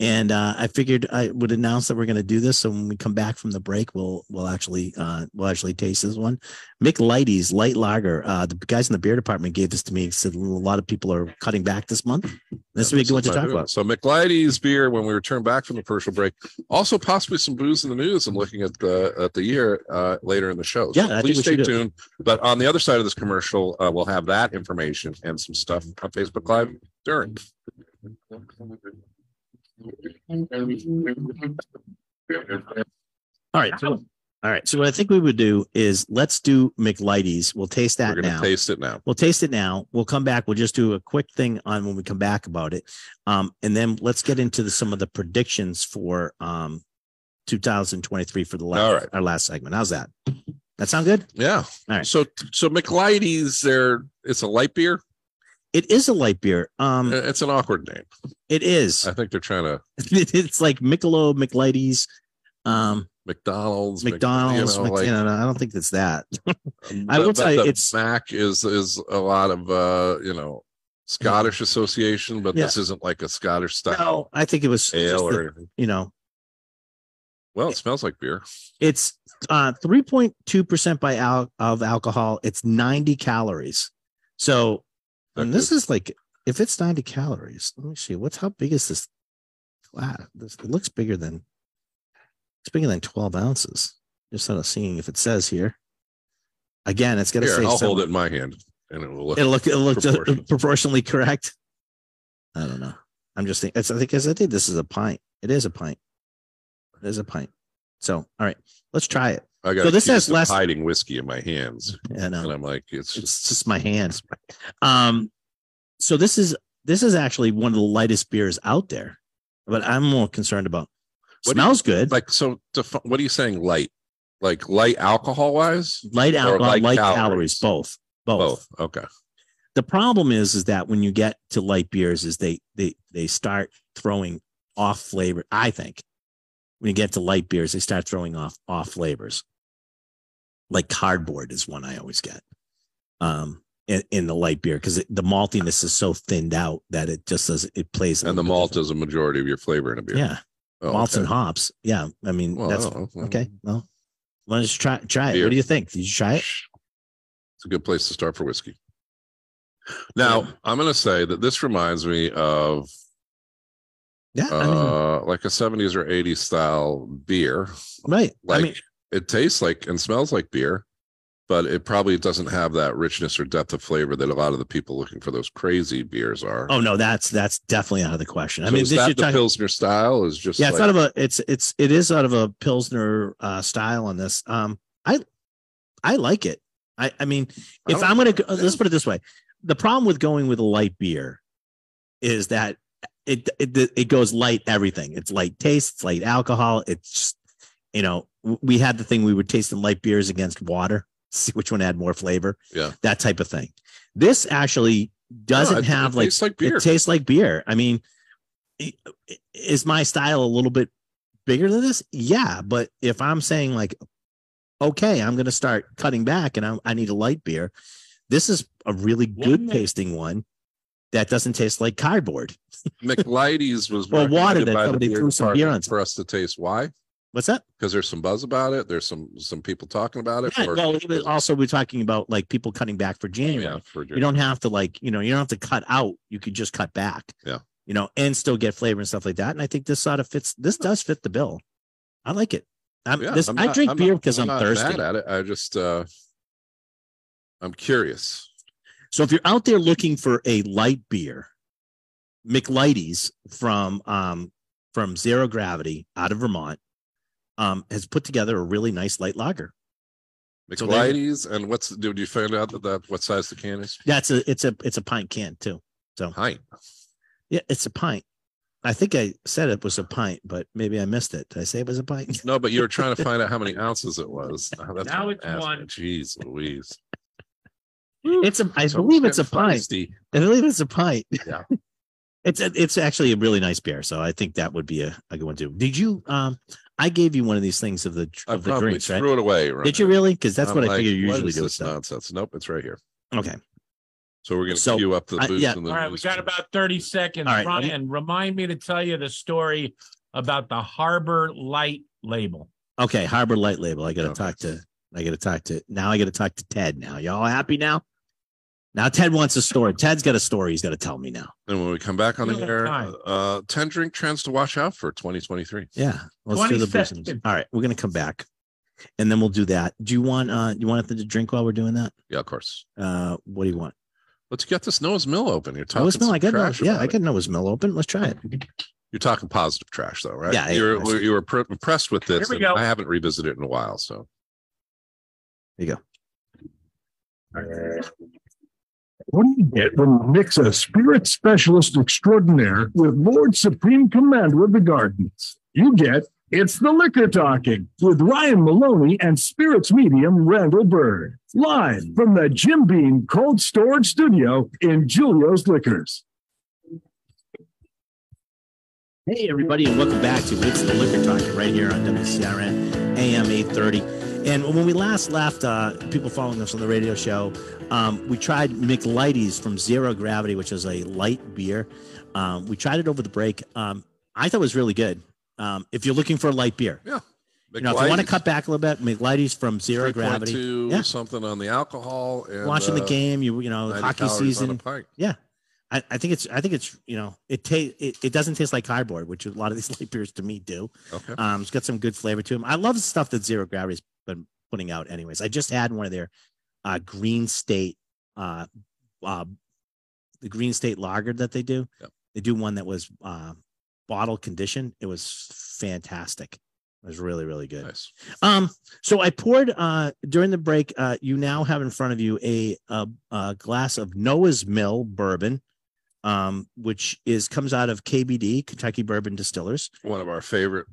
[SPEAKER 1] and uh, I figured I would announce that we're going to do this. So when we come back from the break, we'll we'll actually uh, we'll actually taste this one. Mick Lighty's Light Lager. Uh, the guys in the beer department gave this to me. Said a lot of people are cutting back this month. *laughs* This would be a good one to talk about.
[SPEAKER 5] So McLeidy's beer when we return back from the commercial break. Also possibly some booze in the news. I'm looking at the at the year uh later in the show. So
[SPEAKER 1] Yeah, I think
[SPEAKER 5] please
[SPEAKER 1] we
[SPEAKER 5] stay
[SPEAKER 1] should do
[SPEAKER 5] tuned. But on the other side of this commercial, uh, we'll have that information and some stuff on Facebook Live during.
[SPEAKER 1] All right, so all right. So what I think we would do is let's do McLighty's. We'll taste
[SPEAKER 5] We're
[SPEAKER 1] that
[SPEAKER 5] gonna
[SPEAKER 1] now.
[SPEAKER 5] taste it now.
[SPEAKER 1] We'll taste it now. We'll come back. We'll just do a quick thing on when we come back about it. Um, and then let's get into the, some of the predictions for um, 2023 for the last,
[SPEAKER 5] All right.
[SPEAKER 1] our last segment. How's that? That sound good?
[SPEAKER 5] Yeah.
[SPEAKER 1] All right.
[SPEAKER 5] So so McLeidy's there it's a light beer. Uh,
[SPEAKER 1] It is a light beer. Um,
[SPEAKER 5] It's an awkward name.
[SPEAKER 1] it is.
[SPEAKER 5] I think they're trying to
[SPEAKER 1] *laughs* It's like Michelob, McLighty's, um,
[SPEAKER 5] McDonald's, Mc-
[SPEAKER 1] McDonald's.
[SPEAKER 5] you know,
[SPEAKER 1] Mc-
[SPEAKER 5] like,
[SPEAKER 1] you know, I don't think it's
[SPEAKER 5] *laughs*
[SPEAKER 1] that.
[SPEAKER 5] um,
[SPEAKER 1] I
[SPEAKER 5] the-
[SPEAKER 1] will
[SPEAKER 5] the-
[SPEAKER 1] tell you,
[SPEAKER 5] the
[SPEAKER 1] it's-
[SPEAKER 5] Mac is is a lot of uh, you know Scottish association, but
[SPEAKER 1] Yeah.
[SPEAKER 5] this isn't like a Scottish *laughs* style
[SPEAKER 1] No, I think it was,
[SPEAKER 5] ale
[SPEAKER 1] just
[SPEAKER 5] or
[SPEAKER 1] the-
[SPEAKER 5] anything.
[SPEAKER 1] you know,
[SPEAKER 5] Well, it smells like beer.
[SPEAKER 1] It's uh 3.2% by al- of alcohol. It's 90 calories. So and
[SPEAKER 5] That
[SPEAKER 1] this is like if it's 90 calories, let me see. What's how big is this glass? This it looks bigger than it's bigger than 12 ounces. Just out of seeing if it says here. Again, it's gonna
[SPEAKER 5] Here,
[SPEAKER 1] say
[SPEAKER 5] I'll
[SPEAKER 1] some-
[SPEAKER 5] hold it in my hand, and it will look.
[SPEAKER 1] it'll look it'll look
[SPEAKER 5] Proportional.
[SPEAKER 1] proportionally correct. I don't know. I'm just thinking. It's, I think because I think this is a pint. It is a pint. It is a pint. So all right, let's try it.
[SPEAKER 5] I got.
[SPEAKER 1] so this has less-
[SPEAKER 5] hiding whiskey in my hands,
[SPEAKER 1] Yeah, no.
[SPEAKER 5] and I'm like, it's just
[SPEAKER 1] um, it's just my hands. Um, so this is this is actually one of the lightest beers out there, but I'm more concerned about.
[SPEAKER 5] What do you-
[SPEAKER 1] smells good,
[SPEAKER 5] like so. Defi- what are you saying? Light, like light alcohol wise?
[SPEAKER 1] light alcohol,
[SPEAKER 5] like
[SPEAKER 1] light,
[SPEAKER 5] calories?
[SPEAKER 1] calories, both, both,
[SPEAKER 5] Both. Okay.
[SPEAKER 1] The problem is, is that when you get to light beers, is they they they start throwing off flavor. I think when you get to light beers, they start throwing off off flavors. Like cardboard is one I always get. Um. In, in the light beer because the maltiness is so thinned out that it just does it plays a
[SPEAKER 5] And the
[SPEAKER 1] little bit
[SPEAKER 5] malt is a majority of your flavor in a beer.
[SPEAKER 1] different. yeah
[SPEAKER 5] Oh,
[SPEAKER 1] malts
[SPEAKER 5] okay.
[SPEAKER 1] and hops yeah i mean
[SPEAKER 5] Well, I
[SPEAKER 1] that's
[SPEAKER 5] don't know.
[SPEAKER 1] okay well why don't you try try it
[SPEAKER 5] Beer.
[SPEAKER 1] what do you think did you try it
[SPEAKER 5] It's a good place to start for whiskey. Now, I'm going to say that this reminds me of
[SPEAKER 1] yeah I mean,
[SPEAKER 5] uh, like a 70s or 80s style beer.
[SPEAKER 1] right
[SPEAKER 5] Like
[SPEAKER 1] i mean
[SPEAKER 5] it tastes like and smells like beer, but it probably doesn't have that richness or depth of flavor that a lot of the people looking for those crazy beers are.
[SPEAKER 1] oh no that's that's definitely out of the question i
[SPEAKER 5] So
[SPEAKER 1] mean
[SPEAKER 5] is
[SPEAKER 1] this
[SPEAKER 5] that the
[SPEAKER 1] you're talking-
[SPEAKER 5] Pilsner style is just
[SPEAKER 1] yeah it's
[SPEAKER 5] like,
[SPEAKER 1] out of a it's it's it is out of a pilsner uh style on this um i i like it i i mean
[SPEAKER 5] I
[SPEAKER 1] if
[SPEAKER 5] don't-
[SPEAKER 1] i'm gonna go, let's put it this way the problem with going with a light beer is that it it it goes light everything it's light taste it's light alcohol it's just, you know w- we had the thing we were tasting light beers against water *laughs* see which one had more flavor
[SPEAKER 5] Yeah.
[SPEAKER 1] that type of thing this actually
[SPEAKER 5] No,
[SPEAKER 1] doesn't
[SPEAKER 5] it-
[SPEAKER 1] have
[SPEAKER 5] it
[SPEAKER 1] like
[SPEAKER 5] tastes like beer.
[SPEAKER 1] it tastes like beer. I mean, i- i- is my style a little bit bigger than this? Yeah, but if I'm saying like, okay, I'm going to start cutting back and I, I need a light beer, this is a really
[SPEAKER 3] One
[SPEAKER 1] good
[SPEAKER 3] minute.
[SPEAKER 1] tasting one that doesn't taste like cardboard.
[SPEAKER 5] McLeidy's was
[SPEAKER 1] Or water
[SPEAKER 5] recommended
[SPEAKER 1] that
[SPEAKER 5] by the
[SPEAKER 1] somebody threw some beer
[SPEAKER 5] department
[SPEAKER 1] on top.
[SPEAKER 5] for us to taste. Why?
[SPEAKER 1] What's that?
[SPEAKER 5] Because there's some buzz about it. There's some some people talking about it.
[SPEAKER 1] Yeah,
[SPEAKER 5] or-
[SPEAKER 1] well, it was also we're talking about like people cutting back for January.
[SPEAKER 5] yeah, for
[SPEAKER 1] You don't have to like, you know, you don't have to cut out. You could just cut back.
[SPEAKER 5] Yeah.
[SPEAKER 1] You know, and still get flavor and stuff like that. And I think this sort of fits. This does fit the bill. I like it. I'm,
[SPEAKER 5] Yeah,
[SPEAKER 1] this,
[SPEAKER 5] I'm
[SPEAKER 1] I
[SPEAKER 5] not-
[SPEAKER 1] drink beer
[SPEAKER 5] not-
[SPEAKER 1] because I'm,
[SPEAKER 5] not
[SPEAKER 1] thirsty.
[SPEAKER 5] Mad at it. I just uh I'm curious.
[SPEAKER 1] So if you're out there looking for a light beer, McLighty's from um from Zero Gravity out of Vermont um has put together a really nice light lager. So there-
[SPEAKER 5] McLeidy's and what's did you find out that, that what size the can is?
[SPEAKER 1] That's a it's a it's a pint can too.
[SPEAKER 5] Pint.
[SPEAKER 1] Yeah, it's a pint. I think I said it was a pint, but maybe I missed it. Did I say it was a pint?
[SPEAKER 5] No, but you were trying to find out how many ounces it was. *laughs* Oh, that's
[SPEAKER 3] Now
[SPEAKER 5] what
[SPEAKER 3] it's
[SPEAKER 5] I'm asking.
[SPEAKER 3] one.
[SPEAKER 5] Jeez Louise.
[SPEAKER 1] It's a. I
[SPEAKER 5] So
[SPEAKER 1] believe it's a
[SPEAKER 5] getting
[SPEAKER 1] pint.
[SPEAKER 5] feisty.
[SPEAKER 1] I believe it's a pint.
[SPEAKER 5] Yeah.
[SPEAKER 1] *laughs* It's a, it's actually a really nice beer, so I think that would be a, a good one too. Did you? Um, I gave you one of these things of the
[SPEAKER 5] I
[SPEAKER 1] of the
[SPEAKER 5] probably
[SPEAKER 1] drinks, right?
[SPEAKER 5] threw it away. right
[SPEAKER 1] Did you
[SPEAKER 5] now.
[SPEAKER 1] really? Because that's
[SPEAKER 5] I'm
[SPEAKER 1] what I
[SPEAKER 5] like,
[SPEAKER 1] figure you
[SPEAKER 5] what
[SPEAKER 1] usually
[SPEAKER 5] is
[SPEAKER 1] do with
[SPEAKER 5] This
[SPEAKER 1] stuff.
[SPEAKER 5] nonsense. Nope, it's right here.
[SPEAKER 1] Okay.
[SPEAKER 5] So we're gonna
[SPEAKER 1] So,
[SPEAKER 5] queue up the
[SPEAKER 1] I-
[SPEAKER 5] booze
[SPEAKER 1] yeah.
[SPEAKER 5] and the
[SPEAKER 3] All right, we
[SPEAKER 5] news.
[SPEAKER 3] got about 30 seconds.
[SPEAKER 1] All right,
[SPEAKER 3] Ryan,
[SPEAKER 1] let
[SPEAKER 3] remind me to tell you the story about the Harbor Light label.
[SPEAKER 1] Okay, Harbor Light Label. I gotta
[SPEAKER 5] Okay.
[SPEAKER 1] talk to. I gotta talk to. Now I gotta talk to Ted. Now y'all happy now? Now Ted wants a story. Ted's got a story he's got to tell me now.
[SPEAKER 5] And when we come back on the
[SPEAKER 3] We don't have
[SPEAKER 5] air,
[SPEAKER 3] time.
[SPEAKER 5] uh, 10 drink trends to watch out for 2023.
[SPEAKER 1] Yeah, let's do the
[SPEAKER 3] 20
[SPEAKER 1] business.
[SPEAKER 3] seconds.
[SPEAKER 1] All right, we're gonna come back, and then we'll do that. Do you want? uh You want anything to drink while we're doing that?
[SPEAKER 5] Yeah, of course.
[SPEAKER 1] Uh What do you want?
[SPEAKER 5] Let's get this Noah's Mill open. You're talking
[SPEAKER 1] Noah's Mill. I got no,
[SPEAKER 5] trash
[SPEAKER 1] yeah,
[SPEAKER 5] about
[SPEAKER 1] I
[SPEAKER 5] it.
[SPEAKER 1] got Noah's Mill open. Let's try it.
[SPEAKER 5] You're talking positive trash, though, right?
[SPEAKER 1] Yeah, yeah,
[SPEAKER 5] you
[SPEAKER 1] I
[SPEAKER 5] were,
[SPEAKER 1] see.
[SPEAKER 5] you were pr- impressed with this.
[SPEAKER 3] Here we
[SPEAKER 5] and
[SPEAKER 3] go.
[SPEAKER 5] I haven't revisited it in a while, so
[SPEAKER 4] What do you get when you mix a spirit specialist extraordinaire with Lord Supreme Commander of the Gardens? You get It's the Liquor Talking with Ryan Maloney and spirits medium Randall Bird. Live from the Jim Beam Cold Storage Studio in Julio's Liquors.
[SPEAKER 1] Hey, everybody, and welcome back to It's the Liquor Talk right here on WCRN AM 830. And when we last left, uh, people following us on the radio show, um, we tried McLighties from Zero Gravity, which is a light beer. Um, we tried it over the break. Um, I thought it was really good. Um, if you're looking for a light beer, you know, if you want to
[SPEAKER 5] McLighty's
[SPEAKER 1] cut back a little bit, McLighties from Zero Gravity.
[SPEAKER 5] 3.2
[SPEAKER 1] Yeah.
[SPEAKER 5] something on the alcohol and
[SPEAKER 1] Watching the
[SPEAKER 5] uh,
[SPEAKER 1] game, you you know,
[SPEAKER 5] 90
[SPEAKER 1] hockey
[SPEAKER 5] calories on a
[SPEAKER 1] season.
[SPEAKER 5] pint.
[SPEAKER 1] I, I think it's I think it's you know it ta- it, it doesn't taste like cardboard, which a lot of these *laughs* light beers to me do.
[SPEAKER 5] Okay.
[SPEAKER 1] Um, it's got some good flavor to them. I love the stuff that Zero Gravity's been putting out. Anyways, I just had one of their uh, Green State, uh, uh, the Green State Lager that they do.
[SPEAKER 5] Yep.
[SPEAKER 1] They do one that was uh, bottle conditioned. It was fantastic. It was really really good.
[SPEAKER 5] Nice.
[SPEAKER 1] Um, so I poured uh during the break. Uh, you now have in front of you a a, a glass of Noah's Mill bourbon, um, which is comes out of KBD Kentucky Bourbon Distillers.
[SPEAKER 5] One of our favorite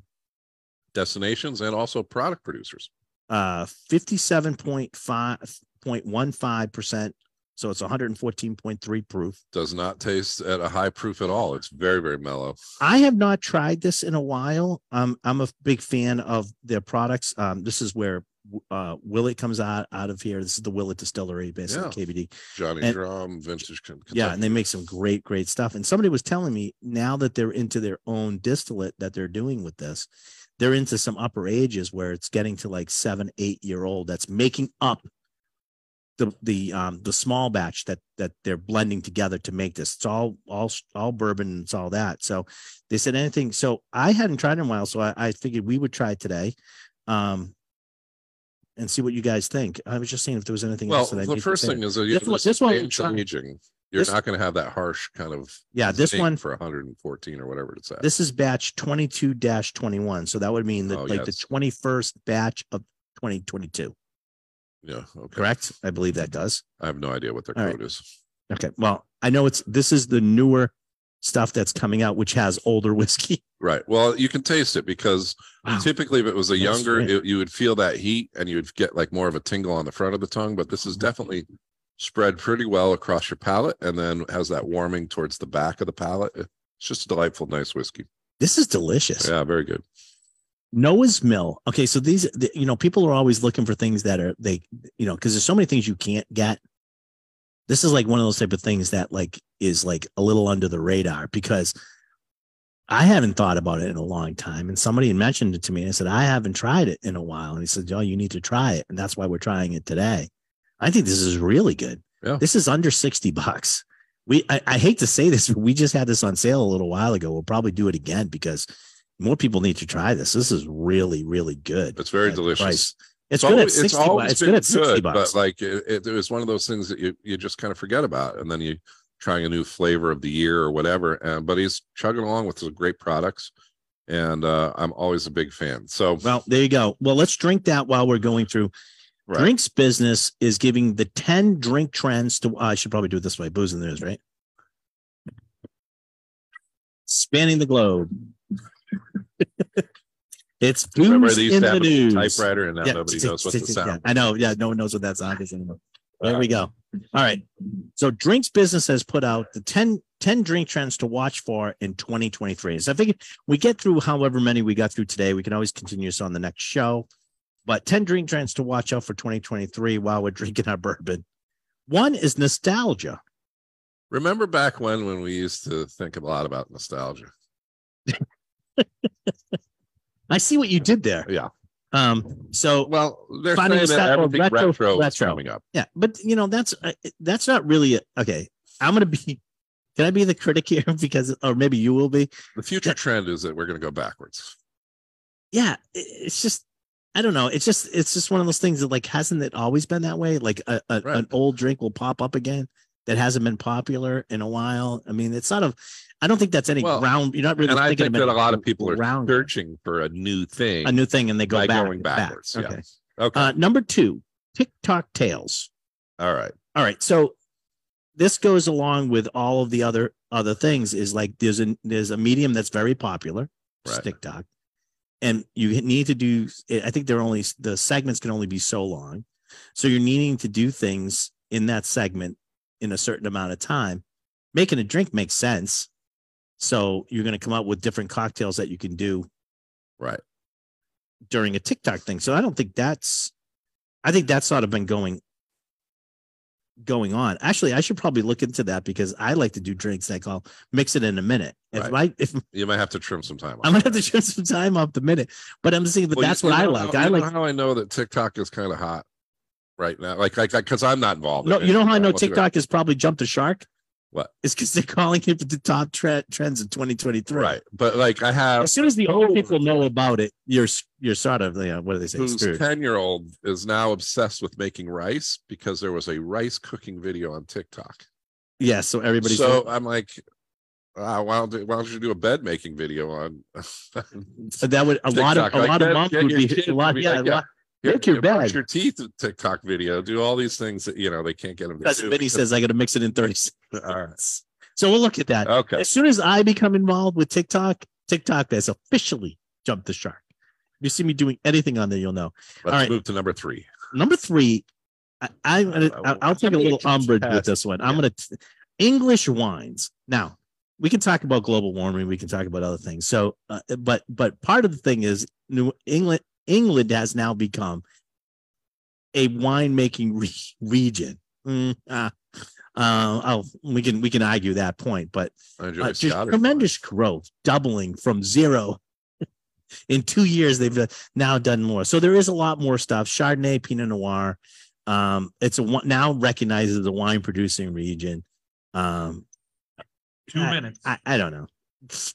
[SPEAKER 5] destinations and also product producers.
[SPEAKER 1] Uh, fifty-seven point five point one five percent. So it's one hundred and fourteen point three proof.
[SPEAKER 5] Does not taste at a high proof at all. It's very, very mellow.
[SPEAKER 1] I have not tried this in a while. Um, I'm a big fan of their products. Um, this is where uh, Willet comes out out of here. This is the Willet Distillery, based
[SPEAKER 5] Yeah.
[SPEAKER 1] on KBD.
[SPEAKER 5] Johnny
[SPEAKER 1] And-
[SPEAKER 5] Drum, vintage. Ken-
[SPEAKER 1] yeah
[SPEAKER 5] Kentucky.
[SPEAKER 1] and they make some great great stuff and somebody was telling me now that they're into their own distillate that they're doing with this they're into some upper ages where it's getting to like seven eight year old that's making up the the um the small batch that that they're blending together to make this it's all all all bourbon it's all that so they said anything so i hadn't tried it in a while so i, I figured we would try it today um and see what you guys think i was just seeing if there was anything
[SPEAKER 5] Well,
[SPEAKER 1] else that I
[SPEAKER 5] the
[SPEAKER 1] need to
[SPEAKER 5] first
[SPEAKER 1] say.
[SPEAKER 5] thing is that
[SPEAKER 1] This one-
[SPEAKER 5] this,
[SPEAKER 1] this one we
[SPEAKER 5] age of
[SPEAKER 1] tried.
[SPEAKER 5] aging. You're
[SPEAKER 1] This-
[SPEAKER 5] not going to have that harsh kind of
[SPEAKER 1] yeah this
[SPEAKER 5] state
[SPEAKER 1] one
[SPEAKER 5] for 114 or whatever it's at.
[SPEAKER 1] this is batch 22 21 so that would mean that
[SPEAKER 5] Oh,
[SPEAKER 1] like
[SPEAKER 5] yes.
[SPEAKER 1] the 21st batch of 2022
[SPEAKER 5] yeah, okay.
[SPEAKER 1] correct i believe that does
[SPEAKER 5] I have no idea what their
[SPEAKER 1] All right.
[SPEAKER 5] code is.
[SPEAKER 1] okay well i know it's this is the newer stuff that's coming out which has older *laughs* whiskey
[SPEAKER 5] Right. Well, you can taste it because
[SPEAKER 1] Wow.
[SPEAKER 5] typically, if it was a
[SPEAKER 1] That's
[SPEAKER 5] younger,
[SPEAKER 1] great.
[SPEAKER 5] it, you would feel that heat and you would get like more of a tingle on the front of the tongue. But this is definitely spread pretty well across your palate and then has that warming towards the back of the palate. It's just a delightful, nice whiskey.
[SPEAKER 1] this is delicious
[SPEAKER 5] Yeah, very good.
[SPEAKER 1] noah's mill okay so these the, you know people are always looking for things that are they you know because there's so many things you can't get this is like one of those type of things that like is like a little under the radar because I haven't thought about it in a long time. And somebody had mentioned it to me and I said, I haven't tried it in a while. And he said, Oh, you need to try it. And that's why we're trying it today. I think this is really good.
[SPEAKER 5] Yeah.
[SPEAKER 1] This is under 60 bucks. We I, I hate to say this, but we just had this on sale a little while ago. We'll probably do it again because more people need to try this. This is really, really good.
[SPEAKER 5] It's very
[SPEAKER 1] at
[SPEAKER 5] delicious.
[SPEAKER 1] price. It's, good at 60 bucks. It's good at 60 bucks.
[SPEAKER 5] but like it, it, it was one of those things that you, you just kind of forget about, and then you trying a new flavor of the year or whatever. And but he's chugging along with some great products, and uh, I'm always a big fan. So
[SPEAKER 1] Well, there you go. Well, let's drink that while we're going through.
[SPEAKER 5] Right.
[SPEAKER 1] Drinks business is giving the 10 drink trends to, I should probably do it this way booze in the news, right? spanning the globe. *laughs* it's
[SPEAKER 5] Remember
[SPEAKER 1] booms
[SPEAKER 5] they
[SPEAKER 1] in
[SPEAKER 5] used to
[SPEAKER 1] the
[SPEAKER 5] have a
[SPEAKER 1] news.
[SPEAKER 5] typewriter and now nobody
[SPEAKER 1] tick,
[SPEAKER 5] knows what
[SPEAKER 1] tick,
[SPEAKER 5] the
[SPEAKER 1] tick,
[SPEAKER 5] sound.
[SPEAKER 1] yeah. I know. Yeah, no one knows what that sound is anymore. There we go. All right. So Drinks Business has put out the 10, 10 drink trends to watch for in 2023. So I think if we get through however many we got through today. We can always continue this on the next show. But 10 drink trends to watch out for 2023 while we're drinking our bourbon. One is nostalgia.
[SPEAKER 5] Remember back when when we used to think a lot about nostalgia.
[SPEAKER 1] I see what you did there.
[SPEAKER 5] Yeah.
[SPEAKER 1] Um, so
[SPEAKER 5] Well, they're
[SPEAKER 1] Finding
[SPEAKER 5] saying that
[SPEAKER 1] nostal-
[SPEAKER 5] everything
[SPEAKER 1] retro-
[SPEAKER 5] retro, is
[SPEAKER 1] retro.
[SPEAKER 5] coming up.
[SPEAKER 1] Yeah, but you know that's uh, that's not really okay. I'm gonna be. *laughs* Can I be the critic here *laughs* because, or maybe you will be?
[SPEAKER 5] The future trend is that we're going to go backwards.
[SPEAKER 1] Yeah, it- it's just I don't know. It's just it's just one of those things that like hasn't it always been that way? Like a, a,
[SPEAKER 5] Right.
[SPEAKER 1] an old drink will pop up again that hasn't been popular in a while. I mean, it's not a. I don't think that's any
[SPEAKER 5] Well,
[SPEAKER 1] ground. You're not really.
[SPEAKER 5] and I
[SPEAKER 1] thinking
[SPEAKER 5] think
[SPEAKER 1] of it
[SPEAKER 5] that a lot of people are
[SPEAKER 1] ground-
[SPEAKER 5] Searching for a new thing.
[SPEAKER 1] a new thing and they go
[SPEAKER 5] by
[SPEAKER 1] back
[SPEAKER 5] going
[SPEAKER 1] back.
[SPEAKER 5] backwards. Yeah.
[SPEAKER 1] Okay.
[SPEAKER 5] okay.
[SPEAKER 1] Uh, number two, TikTok tales.
[SPEAKER 5] All right.
[SPEAKER 1] all right so this goes along with all of the other other things is like there's a there's a medium that's very popular
[SPEAKER 5] Right.
[SPEAKER 1] stick TikTok, and you need to do i think they're only the segments can only be so long so you're needing to do things in that segment in a certain amount of time making a drink makes sense so you're going to come up with different cocktails that you can do
[SPEAKER 5] Right.
[SPEAKER 1] during a TikTok thing. So I don't think that's I think that's sort of been going going on. Actually, I should probably look into that because I like to do drinks that I call mix it in a minute. If I if *laughs*
[SPEAKER 5] You might have to trim some time. off.
[SPEAKER 1] I'm gonna have to trim some time off the minute, but I'm just saying, but
[SPEAKER 5] Well, you-
[SPEAKER 1] that's
[SPEAKER 5] you
[SPEAKER 1] what I
[SPEAKER 5] know
[SPEAKER 1] like.
[SPEAKER 5] how-
[SPEAKER 1] I
[SPEAKER 5] you know
[SPEAKER 1] like
[SPEAKER 5] how I know that TikTok is kind of hot right now. Like, like, because I'm not involved.
[SPEAKER 1] no,
[SPEAKER 5] in it.
[SPEAKER 1] you know how I know
[SPEAKER 5] what's it-
[SPEAKER 1] TikTok has probably jumped the shark.
[SPEAKER 5] What?
[SPEAKER 1] It's because they're calling it the top tre- trends of 2023.
[SPEAKER 5] Right, but like I have
[SPEAKER 1] As soon as the old people know about it, you're s- you're sort of you know, what do they say?
[SPEAKER 5] whose
[SPEAKER 1] screwed.
[SPEAKER 5] 10 year old is now obsessed with making rice because there was a rice cooking video on TikTok.
[SPEAKER 1] Yeah. So everybody's
[SPEAKER 5] so I'm like, ah, why, don't, they- why don't you do a bed making
[SPEAKER 1] *laughs*
[SPEAKER 5] video on?
[SPEAKER 1] So Uh, that would a lot of
[SPEAKER 5] TikTok,
[SPEAKER 1] a
[SPEAKER 5] like
[SPEAKER 1] lot of
[SPEAKER 5] that,
[SPEAKER 1] moms
[SPEAKER 5] yeah,
[SPEAKER 1] would
[SPEAKER 5] your
[SPEAKER 1] be
[SPEAKER 5] kids
[SPEAKER 1] a lot
[SPEAKER 5] would be
[SPEAKER 1] yeah,
[SPEAKER 5] like,
[SPEAKER 1] a
[SPEAKER 5] yeah,
[SPEAKER 1] lot.
[SPEAKER 5] Here,
[SPEAKER 1] Make your
[SPEAKER 5] *laughs* here, brush
[SPEAKER 1] bed.
[SPEAKER 5] your teeth with TikTok video, do all these things that you know they can't get them to
[SPEAKER 1] Cousin
[SPEAKER 5] do *laughs*
[SPEAKER 1] Vinny
[SPEAKER 5] because-
[SPEAKER 1] says I got to mix it in thirty seconds.
[SPEAKER 5] *laughs* all right.
[SPEAKER 1] So we'll look at that.
[SPEAKER 5] Okay.
[SPEAKER 1] As soon as I become involved with TikTok, TikTok has officially jumped the shark. If you see me doing anything on there, you'll know.
[SPEAKER 5] Let's
[SPEAKER 1] right.
[SPEAKER 5] move to number three.
[SPEAKER 1] Number three, I, I'm gonna,
[SPEAKER 5] Uh,
[SPEAKER 1] I'll, I'll take a
[SPEAKER 5] somebody
[SPEAKER 1] little
[SPEAKER 5] keeps
[SPEAKER 1] umbrage with
[SPEAKER 5] passing.
[SPEAKER 1] this one. I'm
[SPEAKER 5] Yeah.
[SPEAKER 1] gonna t- English wines. Now we can talk about global warming. We can talk about other things. So, uh, but but part of the thing is New England England has now become a winemaking re- region. *laughs* Mm, ah. Uh, oh, we can we can argue that point, but
[SPEAKER 5] I enjoy
[SPEAKER 1] uh, just
[SPEAKER 5] Scottish
[SPEAKER 1] tremendous growth, doubling from zero *laughs* in two years. They've done- now done more, so there is a lot more stuff. Chardonnay, Pinot Noir. Um, it's a one now recognized as a wine producing region. Um,
[SPEAKER 3] Two
[SPEAKER 1] I-
[SPEAKER 3] minutes.
[SPEAKER 1] I, I don't know.
[SPEAKER 5] wine.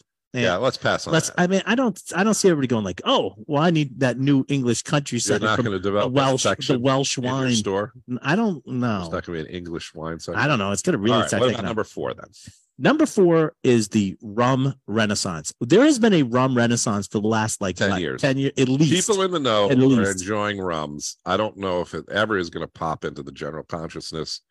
[SPEAKER 5] Yeah, let's pass on
[SPEAKER 1] Let's.
[SPEAKER 5] that.
[SPEAKER 1] I mean, I don't. I don't see everybody going like, "Oh, well, I need that new English
[SPEAKER 5] You're
[SPEAKER 1] countryside
[SPEAKER 5] not
[SPEAKER 1] from
[SPEAKER 5] going to
[SPEAKER 1] the
[SPEAKER 5] develop that
[SPEAKER 1] Welsh, the
[SPEAKER 5] section
[SPEAKER 1] Welsh
[SPEAKER 5] in your
[SPEAKER 1] wine."
[SPEAKER 5] store.
[SPEAKER 1] I don't
[SPEAKER 5] It's
[SPEAKER 1] know.
[SPEAKER 5] not going to be an English wine section.
[SPEAKER 1] I don't know. It's gonna really.
[SPEAKER 5] All right,
[SPEAKER 1] affect
[SPEAKER 5] what
[SPEAKER 1] economic-
[SPEAKER 5] about number four then?
[SPEAKER 1] Number four is the rum renaissance. There has been a rum renaissance for the last like
[SPEAKER 5] 10
[SPEAKER 1] like,
[SPEAKER 5] years.
[SPEAKER 1] ten years at least.
[SPEAKER 5] People in the know
[SPEAKER 1] At
[SPEAKER 5] are
[SPEAKER 1] least.
[SPEAKER 5] enjoying rums. I don't know if it ever is going to pop into the general consciousness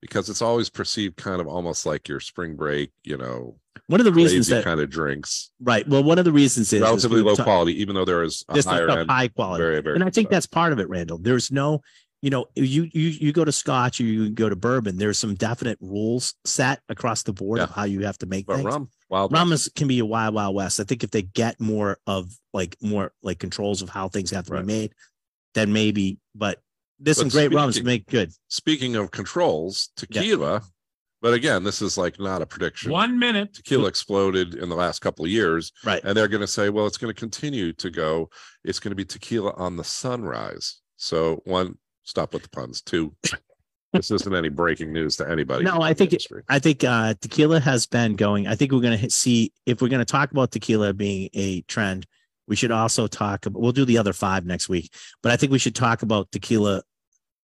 [SPEAKER 5] because it's always perceived kind of almost like your spring break, you know,
[SPEAKER 1] one of the reasons
[SPEAKER 5] lazy
[SPEAKER 1] that
[SPEAKER 5] kind of drinks,
[SPEAKER 1] right. Well, one of the reasons is is
[SPEAKER 5] relatively
[SPEAKER 1] we were
[SPEAKER 5] low
[SPEAKER 1] ta-
[SPEAKER 5] quality, even though there is a
[SPEAKER 1] There's not
[SPEAKER 5] higher
[SPEAKER 1] the
[SPEAKER 5] end.
[SPEAKER 1] high quality,
[SPEAKER 5] Very, very.
[SPEAKER 1] and I think
[SPEAKER 5] good
[SPEAKER 1] that's part of it, Randall. There's no, you know, you you you go to Scotch or you go to bourbon. There's some definite rules set across the board of
[SPEAKER 5] Yeah.
[SPEAKER 1] how you have to make
[SPEAKER 5] stuff.
[SPEAKER 1] things.
[SPEAKER 5] but rum, wild
[SPEAKER 1] rum is, can be a wild wild west. I think if they get more of like more like controls of how things have to be
[SPEAKER 5] Right.
[SPEAKER 1] made, then maybe. But there's some
[SPEAKER 5] But
[SPEAKER 1] great rums
[SPEAKER 5] speaking-
[SPEAKER 1] make good.
[SPEAKER 5] Speaking of controls, tequila, but again, this is like not a prediction.
[SPEAKER 3] One minute.
[SPEAKER 5] Tequila exploded in the last couple of years,
[SPEAKER 1] Right.
[SPEAKER 5] and they're going to say, well, it's going to continue to go. It's going to be tequila on the sunrise. So one, stop with the puns.
[SPEAKER 1] *laughs*
[SPEAKER 5] Two, this isn't any breaking news to anybody.
[SPEAKER 1] No,
[SPEAKER 5] in
[SPEAKER 1] I
[SPEAKER 5] the
[SPEAKER 1] think it-
[SPEAKER 5] industry.
[SPEAKER 1] I think uh, tequila has been going. I think we're going to see if we're going to talk about tequila being a trend. We should also talk about. We'll do the other five next week, but I think we should talk about tequila.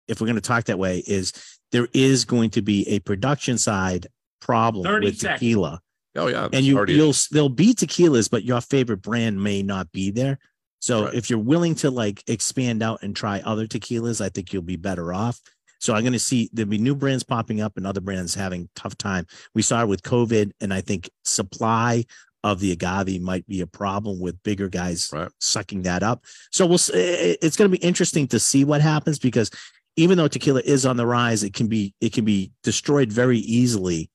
[SPEAKER 1] If we're going to talk that way, is there is going to be a production side problem
[SPEAKER 3] 30
[SPEAKER 1] with
[SPEAKER 3] seconds.
[SPEAKER 1] tequila,
[SPEAKER 5] oh yeah,
[SPEAKER 1] and
[SPEAKER 5] it's
[SPEAKER 1] you
[SPEAKER 5] already-
[SPEAKER 1] you'll there'll be tequilas, but your favorite brand may not be there. So
[SPEAKER 5] Right.
[SPEAKER 1] if you're willing to like expand out and try other tequilas, I think you'll be better off. So I'm going to see there'll be new brands popping up and other brands having tough time. We saw it with COVID, and I think supply of the agave might be a problem with bigger guys
[SPEAKER 5] Right.
[SPEAKER 1] sucking that up. So we'll s- i- i- it's going to be interesting to see what happens because even though tequila is on the rise, it can be it can be destroyed very easily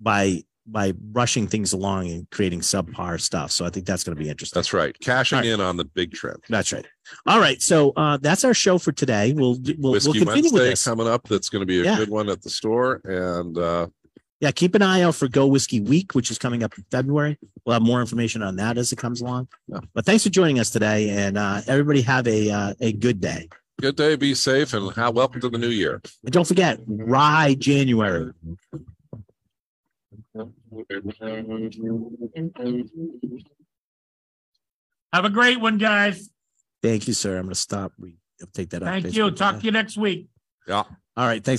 [SPEAKER 1] by by rushing things along and creating subpar stuff. So I think that's going to be interesting.
[SPEAKER 5] That's right. Cashing
[SPEAKER 1] All right.
[SPEAKER 5] in on the big trend.
[SPEAKER 1] That's right. All right. So uh, that's our show for today. We'll we'll, we'll
[SPEAKER 5] Whiskey
[SPEAKER 1] continue with
[SPEAKER 5] Wednesday
[SPEAKER 1] this.
[SPEAKER 5] coming up. That's going to be a
[SPEAKER 1] Yeah.
[SPEAKER 5] good one at the store. And uh,
[SPEAKER 1] Yeah, keep an eye out for Go Whiskey Week, which is coming up in February. We'll have more information on that as it comes along.
[SPEAKER 5] Yeah.
[SPEAKER 1] But thanks for joining us today, and uh, everybody have a uh, a good day.
[SPEAKER 5] good day. Be safe and ha- welcome to the new year.
[SPEAKER 1] And don't forget, Rye January.
[SPEAKER 3] Have a great one, guys.
[SPEAKER 1] Thank you, sir. I'm going to stop. We take that up.
[SPEAKER 3] Thank you. Talk to you next week.
[SPEAKER 5] Yeah.
[SPEAKER 1] All right. Thanks.